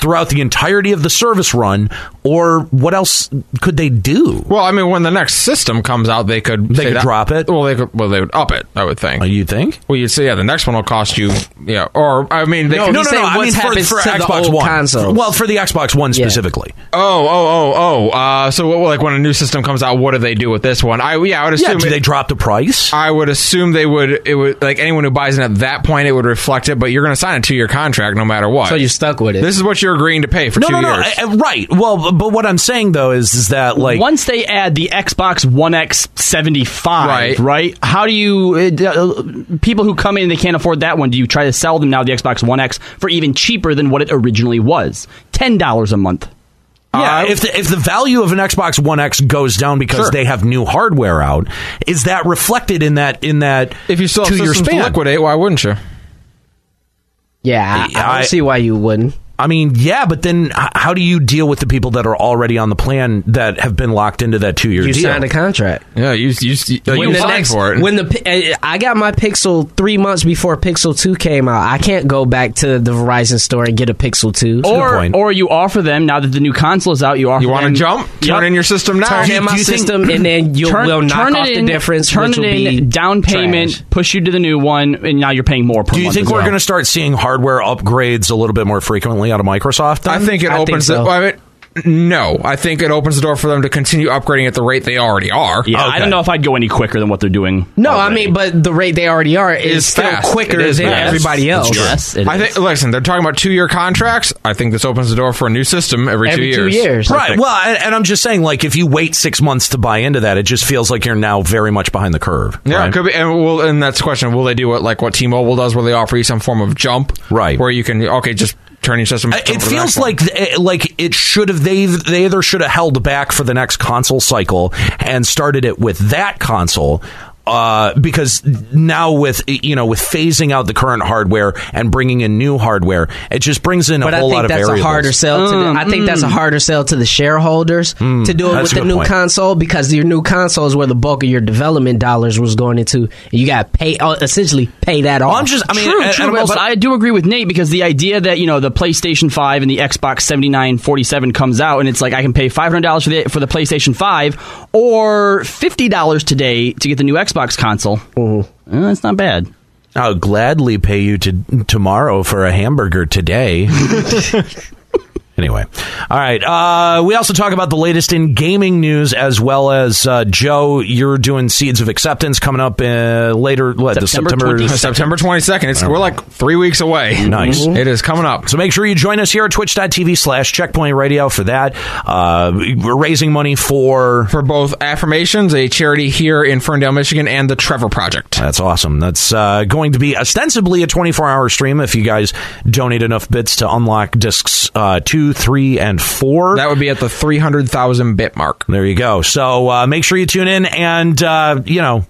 [SPEAKER 1] Throughout the entirety of the service run, or what else could they do?
[SPEAKER 4] Well, I mean, when the next system comes out, they could
[SPEAKER 1] They
[SPEAKER 4] say
[SPEAKER 1] could
[SPEAKER 4] that-
[SPEAKER 1] drop it?
[SPEAKER 4] Well, they could. Well, they would up it. I would think.
[SPEAKER 1] Oh, you think?
[SPEAKER 4] Well, you'd say yeah, the next one will cost you yeah, or I mean, they could,
[SPEAKER 7] no, saying what's happened to the old consoles.
[SPEAKER 1] Well, for the Xbox One specifically.
[SPEAKER 4] Oh, oh, oh, oh. Uh, so what, like when a new system comes out, what do they do with this one? I yeah, I would
[SPEAKER 1] Yeah, uh,
[SPEAKER 4] assume
[SPEAKER 1] do
[SPEAKER 4] it-
[SPEAKER 1] they drop the price?
[SPEAKER 4] I would assume they would. It would like anyone who buys it at that point, it would reflect it. But you're going to sign a two year contract no matter what.
[SPEAKER 7] so you're stuck with it.
[SPEAKER 4] This is what you're agreeing to pay for
[SPEAKER 1] no,
[SPEAKER 4] two
[SPEAKER 1] no, no.
[SPEAKER 4] years.
[SPEAKER 1] I- I- right. Well, but what I'm saying though is, is that like
[SPEAKER 5] Once they add the Xbox One X seventy
[SPEAKER 4] Right.
[SPEAKER 5] five, right? How do you uh, d- uh, people who come in and they can't afford that one? Do you try to sell them now the Xbox One X for even cheaper than what it originally was? Ten dollars a month.
[SPEAKER 1] yeah,
[SPEAKER 4] I-
[SPEAKER 1] uh, if the, if the value of an Xbox One X goes down because
[SPEAKER 4] Sure.
[SPEAKER 1] they have new hardware out, is that reflected in that in that
[SPEAKER 4] if you still have
[SPEAKER 1] two year
[SPEAKER 4] systems to
[SPEAKER 1] span?
[SPEAKER 4] liquidate, why wouldn't you?
[SPEAKER 7] yeah, I, I don't
[SPEAKER 1] I-
[SPEAKER 7] see why you wouldn't.
[SPEAKER 1] I mean, yeah, but then h- how do you deal with the people that are already on the plan that have been locked into that two year
[SPEAKER 7] You
[SPEAKER 1] deal?
[SPEAKER 7] signed a contract.
[SPEAKER 4] Yeah, you you, you, you signed for it.
[SPEAKER 7] when the pi- uh, I got my Pixel three months before Pixel two came out, I can't go back to the Verizon store and get a Pixel two.
[SPEAKER 1] good
[SPEAKER 5] Or,
[SPEAKER 1] point.
[SPEAKER 5] or you offer them now that the new console is out. You offer
[SPEAKER 4] you want
[SPEAKER 5] them-
[SPEAKER 4] to jump? Turn
[SPEAKER 5] Yep.
[SPEAKER 4] in your system now.
[SPEAKER 7] turn in my
[SPEAKER 1] you think-
[SPEAKER 7] system, and then you'll
[SPEAKER 5] Turn,
[SPEAKER 7] will knock
[SPEAKER 5] turn
[SPEAKER 7] off
[SPEAKER 5] it
[SPEAKER 7] the
[SPEAKER 5] in,
[SPEAKER 7] difference.
[SPEAKER 5] Turn
[SPEAKER 7] which
[SPEAKER 5] it
[SPEAKER 7] will
[SPEAKER 5] in,
[SPEAKER 7] be
[SPEAKER 5] down payment,
[SPEAKER 7] trash.
[SPEAKER 5] push you to the new one, and now you're paying more per
[SPEAKER 1] do you
[SPEAKER 5] month
[SPEAKER 1] think
[SPEAKER 5] as
[SPEAKER 1] we're
[SPEAKER 5] well.
[SPEAKER 1] going to start seeing hardware upgrades a little bit more frequently out of Microsoft?
[SPEAKER 4] I
[SPEAKER 1] then?
[SPEAKER 4] think it
[SPEAKER 7] I think
[SPEAKER 4] opens
[SPEAKER 7] so.
[SPEAKER 4] the. I mean, no, I think it opens the door for them to continue upgrading at the rate they already are.
[SPEAKER 5] Yeah,
[SPEAKER 1] Okay.
[SPEAKER 5] I don't know if I'd go any quicker than what they're doing.
[SPEAKER 7] No,
[SPEAKER 5] already.
[SPEAKER 7] I mean, but the rate they already are is
[SPEAKER 4] It's
[SPEAKER 7] still
[SPEAKER 4] fast.
[SPEAKER 7] quicker
[SPEAKER 4] It is
[SPEAKER 7] than
[SPEAKER 4] fast.
[SPEAKER 7] everybody else.
[SPEAKER 5] yes, it
[SPEAKER 4] I
[SPEAKER 5] is.
[SPEAKER 4] think. Listen, they're talking about two-year contracts. I think this opens the door for a new system every,
[SPEAKER 7] Every two years.
[SPEAKER 1] Right. Well, and, and I'm just saying, like, if you wait six months to buy into that, it just feels like you're now very much behind the curve.
[SPEAKER 4] Yeah,
[SPEAKER 1] right?
[SPEAKER 4] it could be, and will and that's the question. Will they do what like what T-Mobile does, where they offer you some form of jump,
[SPEAKER 1] Right.
[SPEAKER 4] Where you can okay, just turn your system.
[SPEAKER 1] Uh,
[SPEAKER 4] jump
[SPEAKER 1] It
[SPEAKER 4] to the next
[SPEAKER 1] feels
[SPEAKER 4] one.
[SPEAKER 1] like th- eh, like it should have they they either should have held back for the next console cycle and started it with that console. Uh, because now with eh, you know with phasing out the current hardware and bringing in new hardware, it just brings in a
[SPEAKER 7] But I
[SPEAKER 1] whole
[SPEAKER 7] think
[SPEAKER 1] lot of
[SPEAKER 7] that's
[SPEAKER 1] variables. Mm.
[SPEAKER 7] a harder sell. To the, I think that's a harder sell to the shareholders to do it
[SPEAKER 1] that's
[SPEAKER 7] with
[SPEAKER 1] a
[SPEAKER 7] the
[SPEAKER 1] good
[SPEAKER 7] new
[SPEAKER 1] point.
[SPEAKER 7] console because your new console is where the bulk of your development dollars was going into. And you got to pay, uh, essentially pay that off.
[SPEAKER 1] I'm just I mean,
[SPEAKER 5] true,
[SPEAKER 1] and-
[SPEAKER 5] true,
[SPEAKER 1] and I'm
[SPEAKER 5] but-
[SPEAKER 1] also-
[SPEAKER 5] but I do agree with Nate because the idea that you know the PlayStation Five and the Xbox seventy nine forty seven comes out and it's like I can pay five hundred dollars for the for the PlayStation Five or fifty dollars today to get the new Xbox console.
[SPEAKER 1] Mm-hmm.
[SPEAKER 5] Eh, that's not bad.
[SPEAKER 1] I'll gladly pay you to tomorrow for a hamburger today. anyway, all right. Uh, we also talk about the latest in gaming news, as well as uh, Joe. You're doing Seeds of Acceptance coming up uh, later, what,
[SPEAKER 5] September
[SPEAKER 1] the September
[SPEAKER 4] September
[SPEAKER 5] 22nd.
[SPEAKER 4] 22nd. It's, we're like three weeks away.
[SPEAKER 1] Nice.
[SPEAKER 4] It is coming up.
[SPEAKER 1] So make sure you join us here at twitch.tv slash checkpoint radio for that. Uh, we're raising money for.
[SPEAKER 4] For both affirmations, a charity here in Ferndale, Michigan, and the Trevor Project.
[SPEAKER 1] That's awesome. That's uh, going to be ostensibly a 24 hour stream if you guys donate enough bits to unlock discs uh, two, three, and four.
[SPEAKER 4] That would be at the 300,000 bit mark.
[SPEAKER 1] There you go. So uh, make sure you tune in and, uh, you know,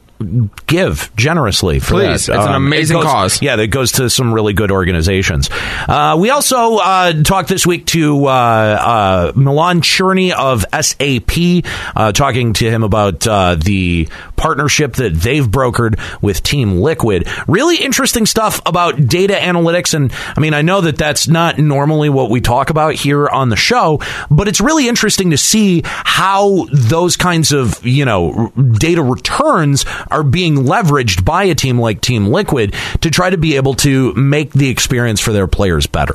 [SPEAKER 1] give generously for
[SPEAKER 4] Please.
[SPEAKER 1] that. Um,
[SPEAKER 4] It's an
[SPEAKER 1] it
[SPEAKER 4] amazing
[SPEAKER 1] goes-
[SPEAKER 4] cause.
[SPEAKER 1] Yeah, that goes to some really good organizations. Uh, we also uh, talked this week to uh, uh, Milan Cherney of SAP, uh, talking to him about uh, the partnership that they've brokered with Team Liquid. Really interesting stuff about data analytics. And I mean, I know that that's not normally what we talk about here on the show, but it's really interesting to see how those kinds of, you know, r- data returns are being leveraged by a team like Team Liquid to try to be able to make the experience for their players better.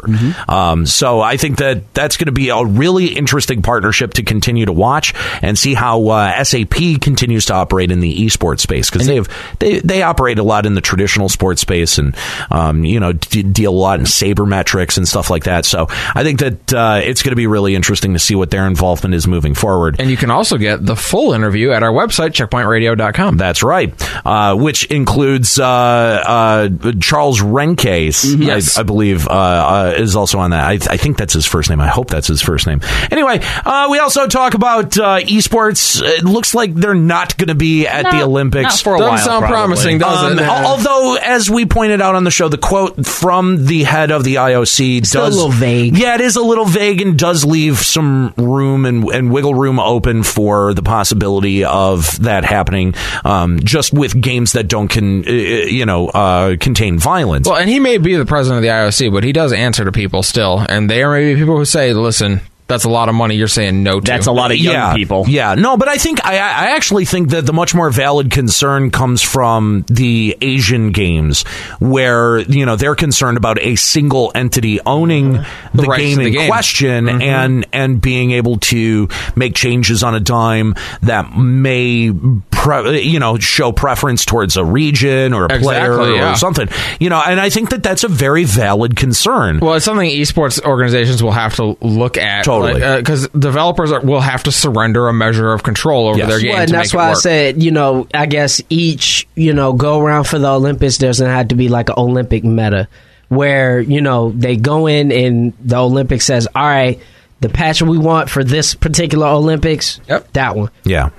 [SPEAKER 1] Um, so I think that that's going to be a really interesting partnership to continue to watch and see how uh, SAP continues to operate in the esports space because they have they, they operate a lot in the traditional sports space and um, you know d- deal a lot in saber metrics and stuff like that. So I think that uh, it's going to be really interesting to see what their involvement is moving forward.
[SPEAKER 4] And you can also get the full interview at our website, checkpointradio.com.
[SPEAKER 1] That's right, uh, which includes uh, uh, Charles Renkes,
[SPEAKER 4] Yes.
[SPEAKER 1] I, I believe, uh, uh, is also on that. I, I think that's his first name. I hope that's his first name. Anyway, uh, we also talk about uh, esports. It looks like they're not going to be at the Olympics.
[SPEAKER 6] Not for a
[SPEAKER 4] Doesn't
[SPEAKER 6] while,
[SPEAKER 4] sound
[SPEAKER 6] probably.
[SPEAKER 4] promising, does
[SPEAKER 1] Um,
[SPEAKER 4] it?
[SPEAKER 1] al- Although, as we pointed out on the show, the quote from the head of the IOC
[SPEAKER 7] still a
[SPEAKER 1] does
[SPEAKER 7] little vague.
[SPEAKER 1] Yeah, it is a little vague and does leave some room and, and wiggle room open for the possibility of that happening. Um, just with games that don't can uh, you know uh, contain violence.
[SPEAKER 4] Well, and he may be the president of the IOC, but he does answer to people still, and there may be people who say, "Listen, that's a lot of money you're saying no to."
[SPEAKER 6] That's a lot of young
[SPEAKER 1] yeah,
[SPEAKER 6] people.
[SPEAKER 1] Yeah, no, but I think I, I actually think that the much more valid concern comes from the Asian games, where you know they're concerned about a single entity owning the,
[SPEAKER 4] rights
[SPEAKER 1] game
[SPEAKER 4] to the
[SPEAKER 1] in
[SPEAKER 4] game.
[SPEAKER 1] question and and being able to make changes on a dime that may pre- you know show preference towards a region or a player
[SPEAKER 4] Exactly, yeah.
[SPEAKER 1] or something. You know, and I think that that's a very valid concern.
[SPEAKER 4] Well, it's something esports organizations will have to look at,
[SPEAKER 1] Totally.
[SPEAKER 4] because developers are, will have to surrender a measure of control over
[SPEAKER 1] Yes.
[SPEAKER 4] their game.
[SPEAKER 7] Well, and
[SPEAKER 4] to
[SPEAKER 7] that's
[SPEAKER 4] make it
[SPEAKER 7] why I
[SPEAKER 4] work.
[SPEAKER 7] said, you know, I guess each, you know, go around for the Olympics doesn't have to be like an Olympic meta where, you know, they go in and the Olympics says, all right, the patch we want for this particular Olympics,
[SPEAKER 4] Yep.
[SPEAKER 7] that one.
[SPEAKER 1] Yeah.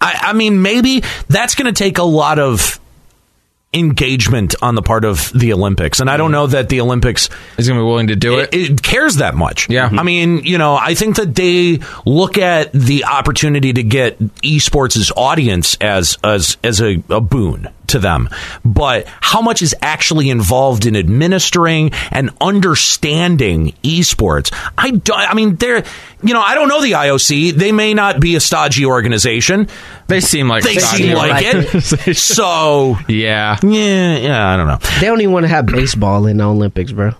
[SPEAKER 1] I, I mean, maybe that's going to take a lot of engagement on the part of the Olympics. And I don't know that the Olympics
[SPEAKER 4] is going to be willing to do it.
[SPEAKER 1] it, it cares that much.
[SPEAKER 4] Yeah.
[SPEAKER 1] I mean, you know, I think that they look at the opportunity to get esports' audience as as as a, a boon to them. But how much is actually involved in administering and understanding esports? I do, I mean, they're you know, I don't know the IOC. They may not be a stodgy organization.
[SPEAKER 4] they seem like
[SPEAKER 1] They
[SPEAKER 4] shoddy
[SPEAKER 1] seem like it.
[SPEAKER 4] organizations.
[SPEAKER 1] so
[SPEAKER 4] yeah,
[SPEAKER 1] yeah, yeah, I don't know.
[SPEAKER 7] They don't even want to have baseball in the Olympics, bro.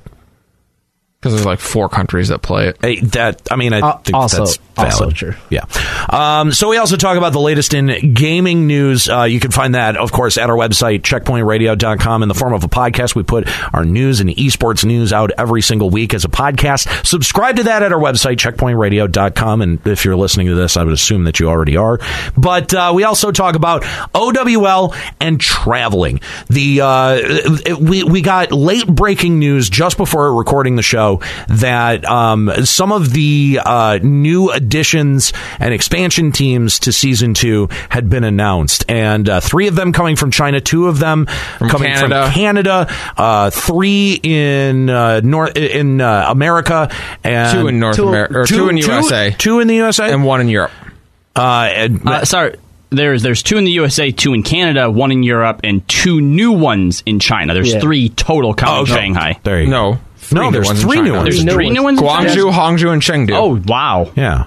[SPEAKER 4] because there's like four countries that play it.
[SPEAKER 1] Hey, that I mean, I
[SPEAKER 7] Al-
[SPEAKER 1] think
[SPEAKER 7] Uh, also-
[SPEAKER 1] that's valid.
[SPEAKER 7] also true.
[SPEAKER 1] Yeah. Um, so we also talk about the latest in gaming news. Uh, you can find that, of course, at our website checkpointradio.com in the form of a podcast. We put our news and esports news out every single week as a podcast. Subscribe to that at our website checkpointradio.com. And if you're listening to this, I would assume that you already are. But uh, we also talk about OWL and traveling. The uh, it- it- we we got late breaking news just before recording the show that um, some of the uh, new additions and expansion teams to season two had been announced, and uh, three of them coming from China, two of them coming
[SPEAKER 4] Canada.
[SPEAKER 1] from Canada, uh, three in uh, North in uh, America, and
[SPEAKER 4] Two in North America, or two, in USA,
[SPEAKER 1] two in the USA,
[SPEAKER 4] and one in Europe.
[SPEAKER 1] uh, and,
[SPEAKER 5] Uh, sorry. There's there's two in the USA, two in Canada, one in Europe, and two new ones in China. There's
[SPEAKER 7] Yeah. Oh,
[SPEAKER 5] three total
[SPEAKER 1] okay.
[SPEAKER 5] counting Shanghai.
[SPEAKER 1] There you go.
[SPEAKER 4] No, three
[SPEAKER 1] no,
[SPEAKER 4] new
[SPEAKER 1] there's
[SPEAKER 4] ones in
[SPEAKER 1] three new
[SPEAKER 4] China.
[SPEAKER 1] ones.
[SPEAKER 5] There's
[SPEAKER 1] in
[SPEAKER 7] new
[SPEAKER 1] China.
[SPEAKER 5] three new ones. in China?
[SPEAKER 4] Guangzhou, Hongzhou, and Chengdu.
[SPEAKER 5] Oh wow!
[SPEAKER 1] Yeah.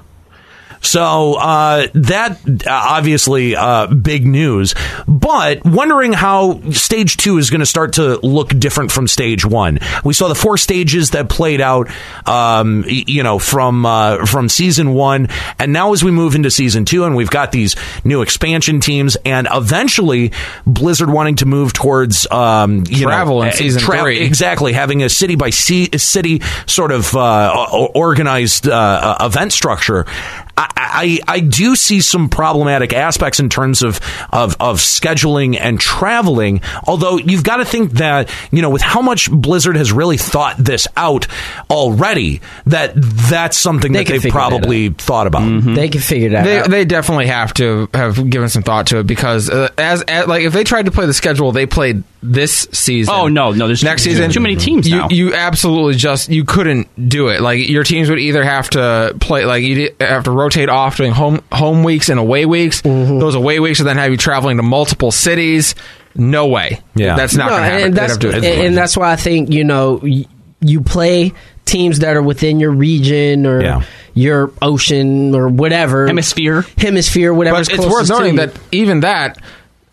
[SPEAKER 1] So uh, that uh, obviously uh, big news, but wondering how stage two is going to start to look different from stage one. We saw the four stages that played out, um, y- you know, from uh, from season one, and now as we move into season two, and we've got these new expansion teams, and eventually Blizzard wanting to move towards um, you
[SPEAKER 4] Travel
[SPEAKER 1] know,
[SPEAKER 4] in
[SPEAKER 1] uh,
[SPEAKER 4] season three.
[SPEAKER 1] exactly having a city by ci- city sort of uh, o- organized uh, uh, event structure I, I I do see some problematic aspects in terms of of of scheduling and traveling. Although you've got to think that you know with how much Blizzard has really thought this out already, that that's something that
[SPEAKER 7] can
[SPEAKER 1] they've
[SPEAKER 7] figure that Mm-hmm.
[SPEAKER 1] probably thought about.
[SPEAKER 7] They can figure that
[SPEAKER 4] Mm-hmm. They,
[SPEAKER 7] out.
[SPEAKER 4] they definitely have to have given some thought to it because uh, as, as like if they tried to play the schedule they played this season.
[SPEAKER 5] Oh, no, no, there's
[SPEAKER 4] next
[SPEAKER 5] too-
[SPEAKER 4] season
[SPEAKER 5] too many teams
[SPEAKER 4] You
[SPEAKER 5] now.
[SPEAKER 4] you absolutely just you couldn't do it. Like your teams would either have to play like you have to rotate off doing home home weeks and away weeks.
[SPEAKER 5] Mm-hmm.
[SPEAKER 4] Those away weeks would then have you traveling to multiple cities. No way.
[SPEAKER 1] Yeah.
[SPEAKER 4] that's not
[SPEAKER 7] No,
[SPEAKER 4] going to happen.
[SPEAKER 7] And
[SPEAKER 4] They'd
[SPEAKER 7] that's,
[SPEAKER 4] have to do it.
[SPEAKER 7] and- and that's why I think you know y- you play teams that are within your region or
[SPEAKER 1] Yeah.
[SPEAKER 7] your ocean or whatever
[SPEAKER 5] Hemisphere.
[SPEAKER 7] hemisphere, whatever.
[SPEAKER 4] But it's worth noting that even that,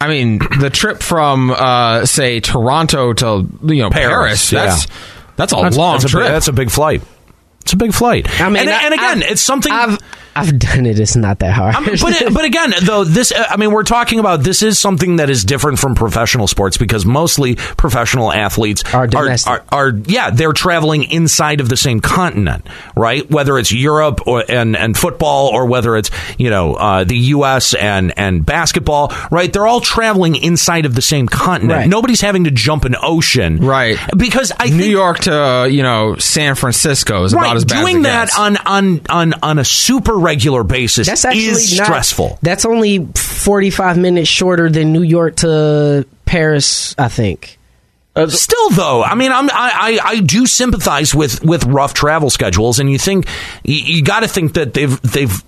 [SPEAKER 4] I mean, the trip from uh, say Toronto to you know
[SPEAKER 1] Paris,
[SPEAKER 4] Paris,
[SPEAKER 1] yeah.
[SPEAKER 4] that's that's a long
[SPEAKER 1] that's
[SPEAKER 4] trip.
[SPEAKER 1] A big, that's a big flight. It's a big flight.
[SPEAKER 7] I mean,
[SPEAKER 1] and,
[SPEAKER 7] I-
[SPEAKER 1] and again,
[SPEAKER 7] I've-
[SPEAKER 1] it's something.
[SPEAKER 7] I've I've done it. It's not that hard.
[SPEAKER 1] I mean, but it- but again, though this, uh, I mean, we're talking about this is something that is different from professional sports because mostly professional athletes
[SPEAKER 7] Are domestic.
[SPEAKER 1] Are, are, yeah, they're traveling inside of the same continent, right? Whether it's Europe or and and football, or whether it's you know uh, the U.S. and and basketball, right? They're all traveling inside of the same continent.
[SPEAKER 7] Right.
[SPEAKER 1] Nobody's having to jump an ocean,
[SPEAKER 4] Right.
[SPEAKER 1] Because I
[SPEAKER 4] New
[SPEAKER 1] think
[SPEAKER 4] York to uh, you know San Francisco is
[SPEAKER 1] Right,
[SPEAKER 4] about as bad.
[SPEAKER 1] doing
[SPEAKER 4] as it
[SPEAKER 1] that
[SPEAKER 4] gets.
[SPEAKER 1] on, on on on a super regular basis
[SPEAKER 7] that's actually
[SPEAKER 1] is
[SPEAKER 7] not-
[SPEAKER 1] stressful.
[SPEAKER 7] That's only forty five minutes shorter than New York to Paris. I think.
[SPEAKER 1] Still, though, I mean, I'm, I, I I do sympathize with with rough travel schedules, and you think you, you got to think that they've they've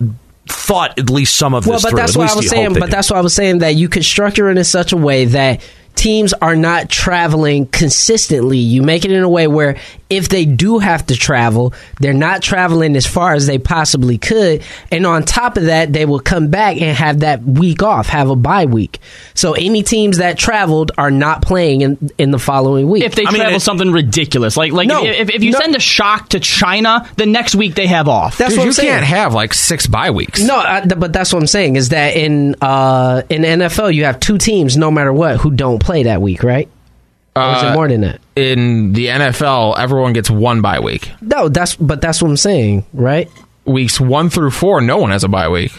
[SPEAKER 1] thought at least some of this
[SPEAKER 7] well, but
[SPEAKER 1] through.
[SPEAKER 7] that's
[SPEAKER 1] at
[SPEAKER 7] why
[SPEAKER 1] least
[SPEAKER 7] I was
[SPEAKER 1] you
[SPEAKER 7] saying.
[SPEAKER 1] hope they
[SPEAKER 7] But
[SPEAKER 1] do.
[SPEAKER 7] that's why I was saying that you could structure it in such a way that teams are not traveling consistently. You make it in a way where if they do have to travel, they're not traveling as far as they possibly could, and on top of that, they will come back and have that week off, have a bye week. So any teams that traveled are not playing in in the following week.
[SPEAKER 5] If they
[SPEAKER 1] I mean,
[SPEAKER 5] travel
[SPEAKER 1] it-
[SPEAKER 5] something ridiculous, like like
[SPEAKER 7] No,
[SPEAKER 5] if, if, if you
[SPEAKER 7] no.
[SPEAKER 5] send a shock to China, the next week they have off.
[SPEAKER 7] that's
[SPEAKER 4] Dude,
[SPEAKER 7] what I'm
[SPEAKER 4] you
[SPEAKER 7] saying.
[SPEAKER 4] can't have like six bye weeks.
[SPEAKER 7] No, I, th- but that's what I'm saying is that in uh, in NFL you have two teams no matter what who don't play that week, right? Or is it
[SPEAKER 4] Uh,
[SPEAKER 7] more than that?
[SPEAKER 4] in the NFL, everyone gets one bye week.
[SPEAKER 7] No, that's but that's what I'm saying, right?
[SPEAKER 4] Weeks one through four, no one has a bye week.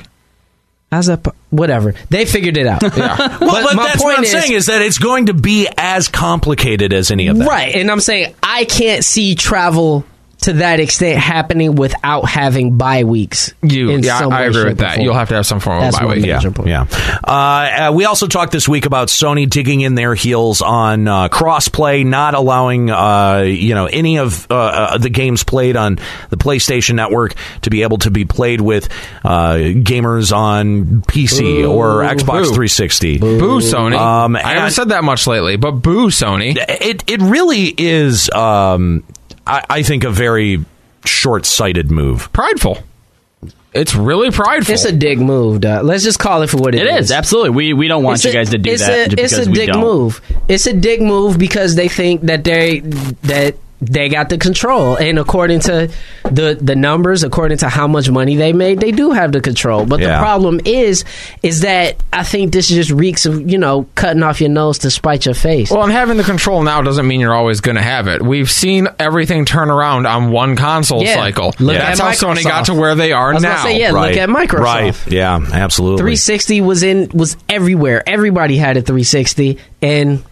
[SPEAKER 7] How's that? po- Whatever they figured it out.
[SPEAKER 1] well, but that's what I'm saying is that it's going to be as complicated as any of that.
[SPEAKER 7] right, and I'm saying I can't see travel to that extent happening without having bye weeks.
[SPEAKER 4] You,
[SPEAKER 7] in
[SPEAKER 4] yeah,
[SPEAKER 7] some
[SPEAKER 4] I
[SPEAKER 7] way,
[SPEAKER 4] agree
[SPEAKER 7] shape,
[SPEAKER 4] with
[SPEAKER 7] or
[SPEAKER 4] that.
[SPEAKER 7] form.
[SPEAKER 4] You'll have to have some form of
[SPEAKER 7] That's
[SPEAKER 4] bye
[SPEAKER 7] what
[SPEAKER 4] week.
[SPEAKER 7] I meant.
[SPEAKER 1] Yeah,
[SPEAKER 7] Major point.
[SPEAKER 1] yeah. Uh, uh, we also talked this week about Sony digging in their heels on uh, crossplay, not allowing uh, you know any of uh, uh, the games played on the PlayStation Network to be able to be played with uh, gamers on PC or Xbox
[SPEAKER 4] Boo.
[SPEAKER 1] 360.
[SPEAKER 4] Boo, Sony.
[SPEAKER 1] Um,
[SPEAKER 4] I haven't
[SPEAKER 1] and-
[SPEAKER 4] said that much lately, but boo, Sony.
[SPEAKER 1] It it really is, um, I, I think, a very short-sighted move.
[SPEAKER 4] prideful. It's really prideful.
[SPEAKER 7] It's a dick move. Dog. Let's just call it for what
[SPEAKER 5] it
[SPEAKER 7] it
[SPEAKER 5] is absolutely. We we don't want
[SPEAKER 7] It's
[SPEAKER 5] you
[SPEAKER 7] a-
[SPEAKER 5] guys to do
[SPEAKER 7] it's
[SPEAKER 5] that.
[SPEAKER 7] A,
[SPEAKER 5] just
[SPEAKER 7] it's
[SPEAKER 5] because
[SPEAKER 7] a
[SPEAKER 5] we
[SPEAKER 7] dick
[SPEAKER 5] don't.
[SPEAKER 7] move. It's a dick move because they think that they that they got the control, and according to the the numbers, according to how much money they made, they do have the control. But
[SPEAKER 1] Yeah.
[SPEAKER 7] the problem is, is that I think this just reeks of you know cutting off your nose to spite your face.
[SPEAKER 4] well, and having the control now doesn't mean you're always going to have it. We've seen everything turn around on one console
[SPEAKER 7] Yeah.
[SPEAKER 4] cycle.
[SPEAKER 7] Look
[SPEAKER 4] That's how
[SPEAKER 7] at
[SPEAKER 4] Sony got
[SPEAKER 7] Microsoft.
[SPEAKER 4] to where they are
[SPEAKER 7] I was gonna
[SPEAKER 4] now.
[SPEAKER 7] say, yeah, look
[SPEAKER 1] Right.
[SPEAKER 7] at Microsoft.
[SPEAKER 1] Right. Yeah, absolutely.
[SPEAKER 7] 360 was in was everywhere. Everybody had a 360, and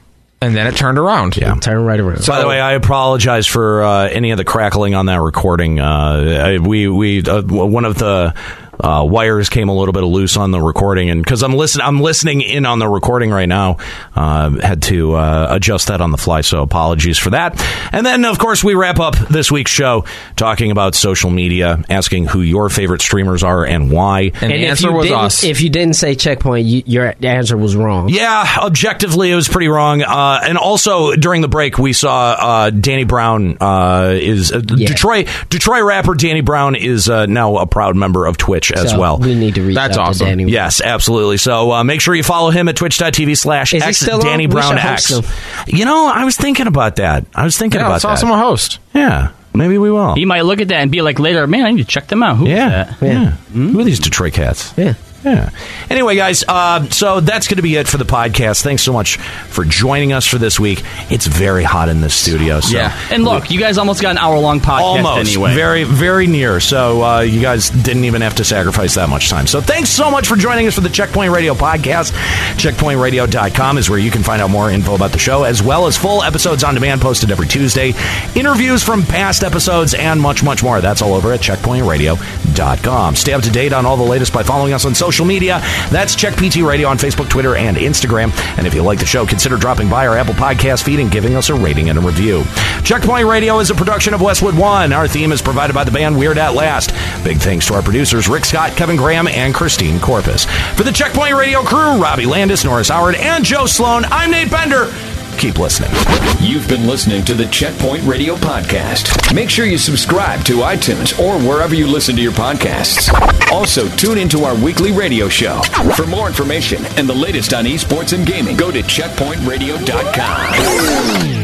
[SPEAKER 4] And then it turned around. Yeah.
[SPEAKER 7] turn right around.
[SPEAKER 1] By the way, I apologize for uh, any of the crackling on that recording. Uh, I, we we uh, w- one of the uh, wires came a little bit loose on the recording, and because I'm listening, I'm listening in on the recording right now. Uh, had to uh, adjust that on the fly, so apologies for that. And then, of course, we wrap up this week's show talking about social media, asking who your favorite streamers are and why.
[SPEAKER 4] And, the
[SPEAKER 7] if
[SPEAKER 4] answer
[SPEAKER 7] you
[SPEAKER 4] was
[SPEAKER 7] didn't-
[SPEAKER 4] us.
[SPEAKER 7] If you didn't say checkpoint, you, your answer was wrong.
[SPEAKER 1] Yeah, objectively, it was pretty wrong. Uh, and also during the break, we saw uh, Danny Brown uh, is uh,
[SPEAKER 7] Yeah.
[SPEAKER 1] Detroit Detroit rapper Danny Brown is uh, now a proud member of Twitch as
[SPEAKER 7] So
[SPEAKER 1] well.
[SPEAKER 7] We need to reach
[SPEAKER 4] That's
[SPEAKER 7] out
[SPEAKER 4] awesome.
[SPEAKER 7] to Danny.
[SPEAKER 1] Yes, absolutely. So uh, make sure you follow him at twitch.tv slash
[SPEAKER 7] Is he
[SPEAKER 1] X
[SPEAKER 7] still on?
[SPEAKER 1] Danny
[SPEAKER 7] We
[SPEAKER 1] Brown
[SPEAKER 7] should hope
[SPEAKER 1] X.
[SPEAKER 7] so.
[SPEAKER 1] You know, I was thinking about that. I was thinking
[SPEAKER 4] yeah,
[SPEAKER 1] about
[SPEAKER 4] let's
[SPEAKER 1] that.
[SPEAKER 4] awesome a host.
[SPEAKER 1] Yeah, maybe we will.
[SPEAKER 5] He might look at that and be like, later, man, I need to check them out. Who is
[SPEAKER 1] yeah,
[SPEAKER 5] that?
[SPEAKER 1] yeah. Who are these Detroit cats?
[SPEAKER 7] Yeah.
[SPEAKER 1] Yeah. Anyway, guys, uh, so that's going to be it for the podcast. Thanks so much for joining us for this week. It's very hot in this studio. So
[SPEAKER 4] Yeah.
[SPEAKER 5] And look, you guys almost got an hour long podcast
[SPEAKER 1] Almost,
[SPEAKER 5] anyway.
[SPEAKER 1] very, very near. So uh, you guys didn't even have to sacrifice that much time. So thanks so much for joining us for the Checkpoint Radio podcast. CheckpointRadio.com is where you can find out more info about the show, as well as full episodes on demand posted every Tuesday, interviews from past episodes, and much, much more. That's all over at CheckpointRadio.com. Stay up to date on all the latest by following us on social media. That's CheckPT Radio on Facebook, Twitter, and Instagram. And if you like the show, consider dropping by our Apple Podcast feed and giving us a rating and a review. Checkpoint Radio is a production of Westwood One. Our theme is provided by the band Weird At Last. Big thanks to our producers, Rick Scott, Kevin Graham, and Christine Corpus. For the Checkpoint Radio crew, Robbie Landis, Norris Howard, and Joe Sloan, I'm Nate Bender. Keep listening.
[SPEAKER 2] You've been listening to the Checkpoint Radio Podcast. Make sure you subscribe to iTunes or wherever you listen to your podcasts. Also, tune into our weekly radio show. For more information and the latest on esports and gaming, go to checkpointradio.com.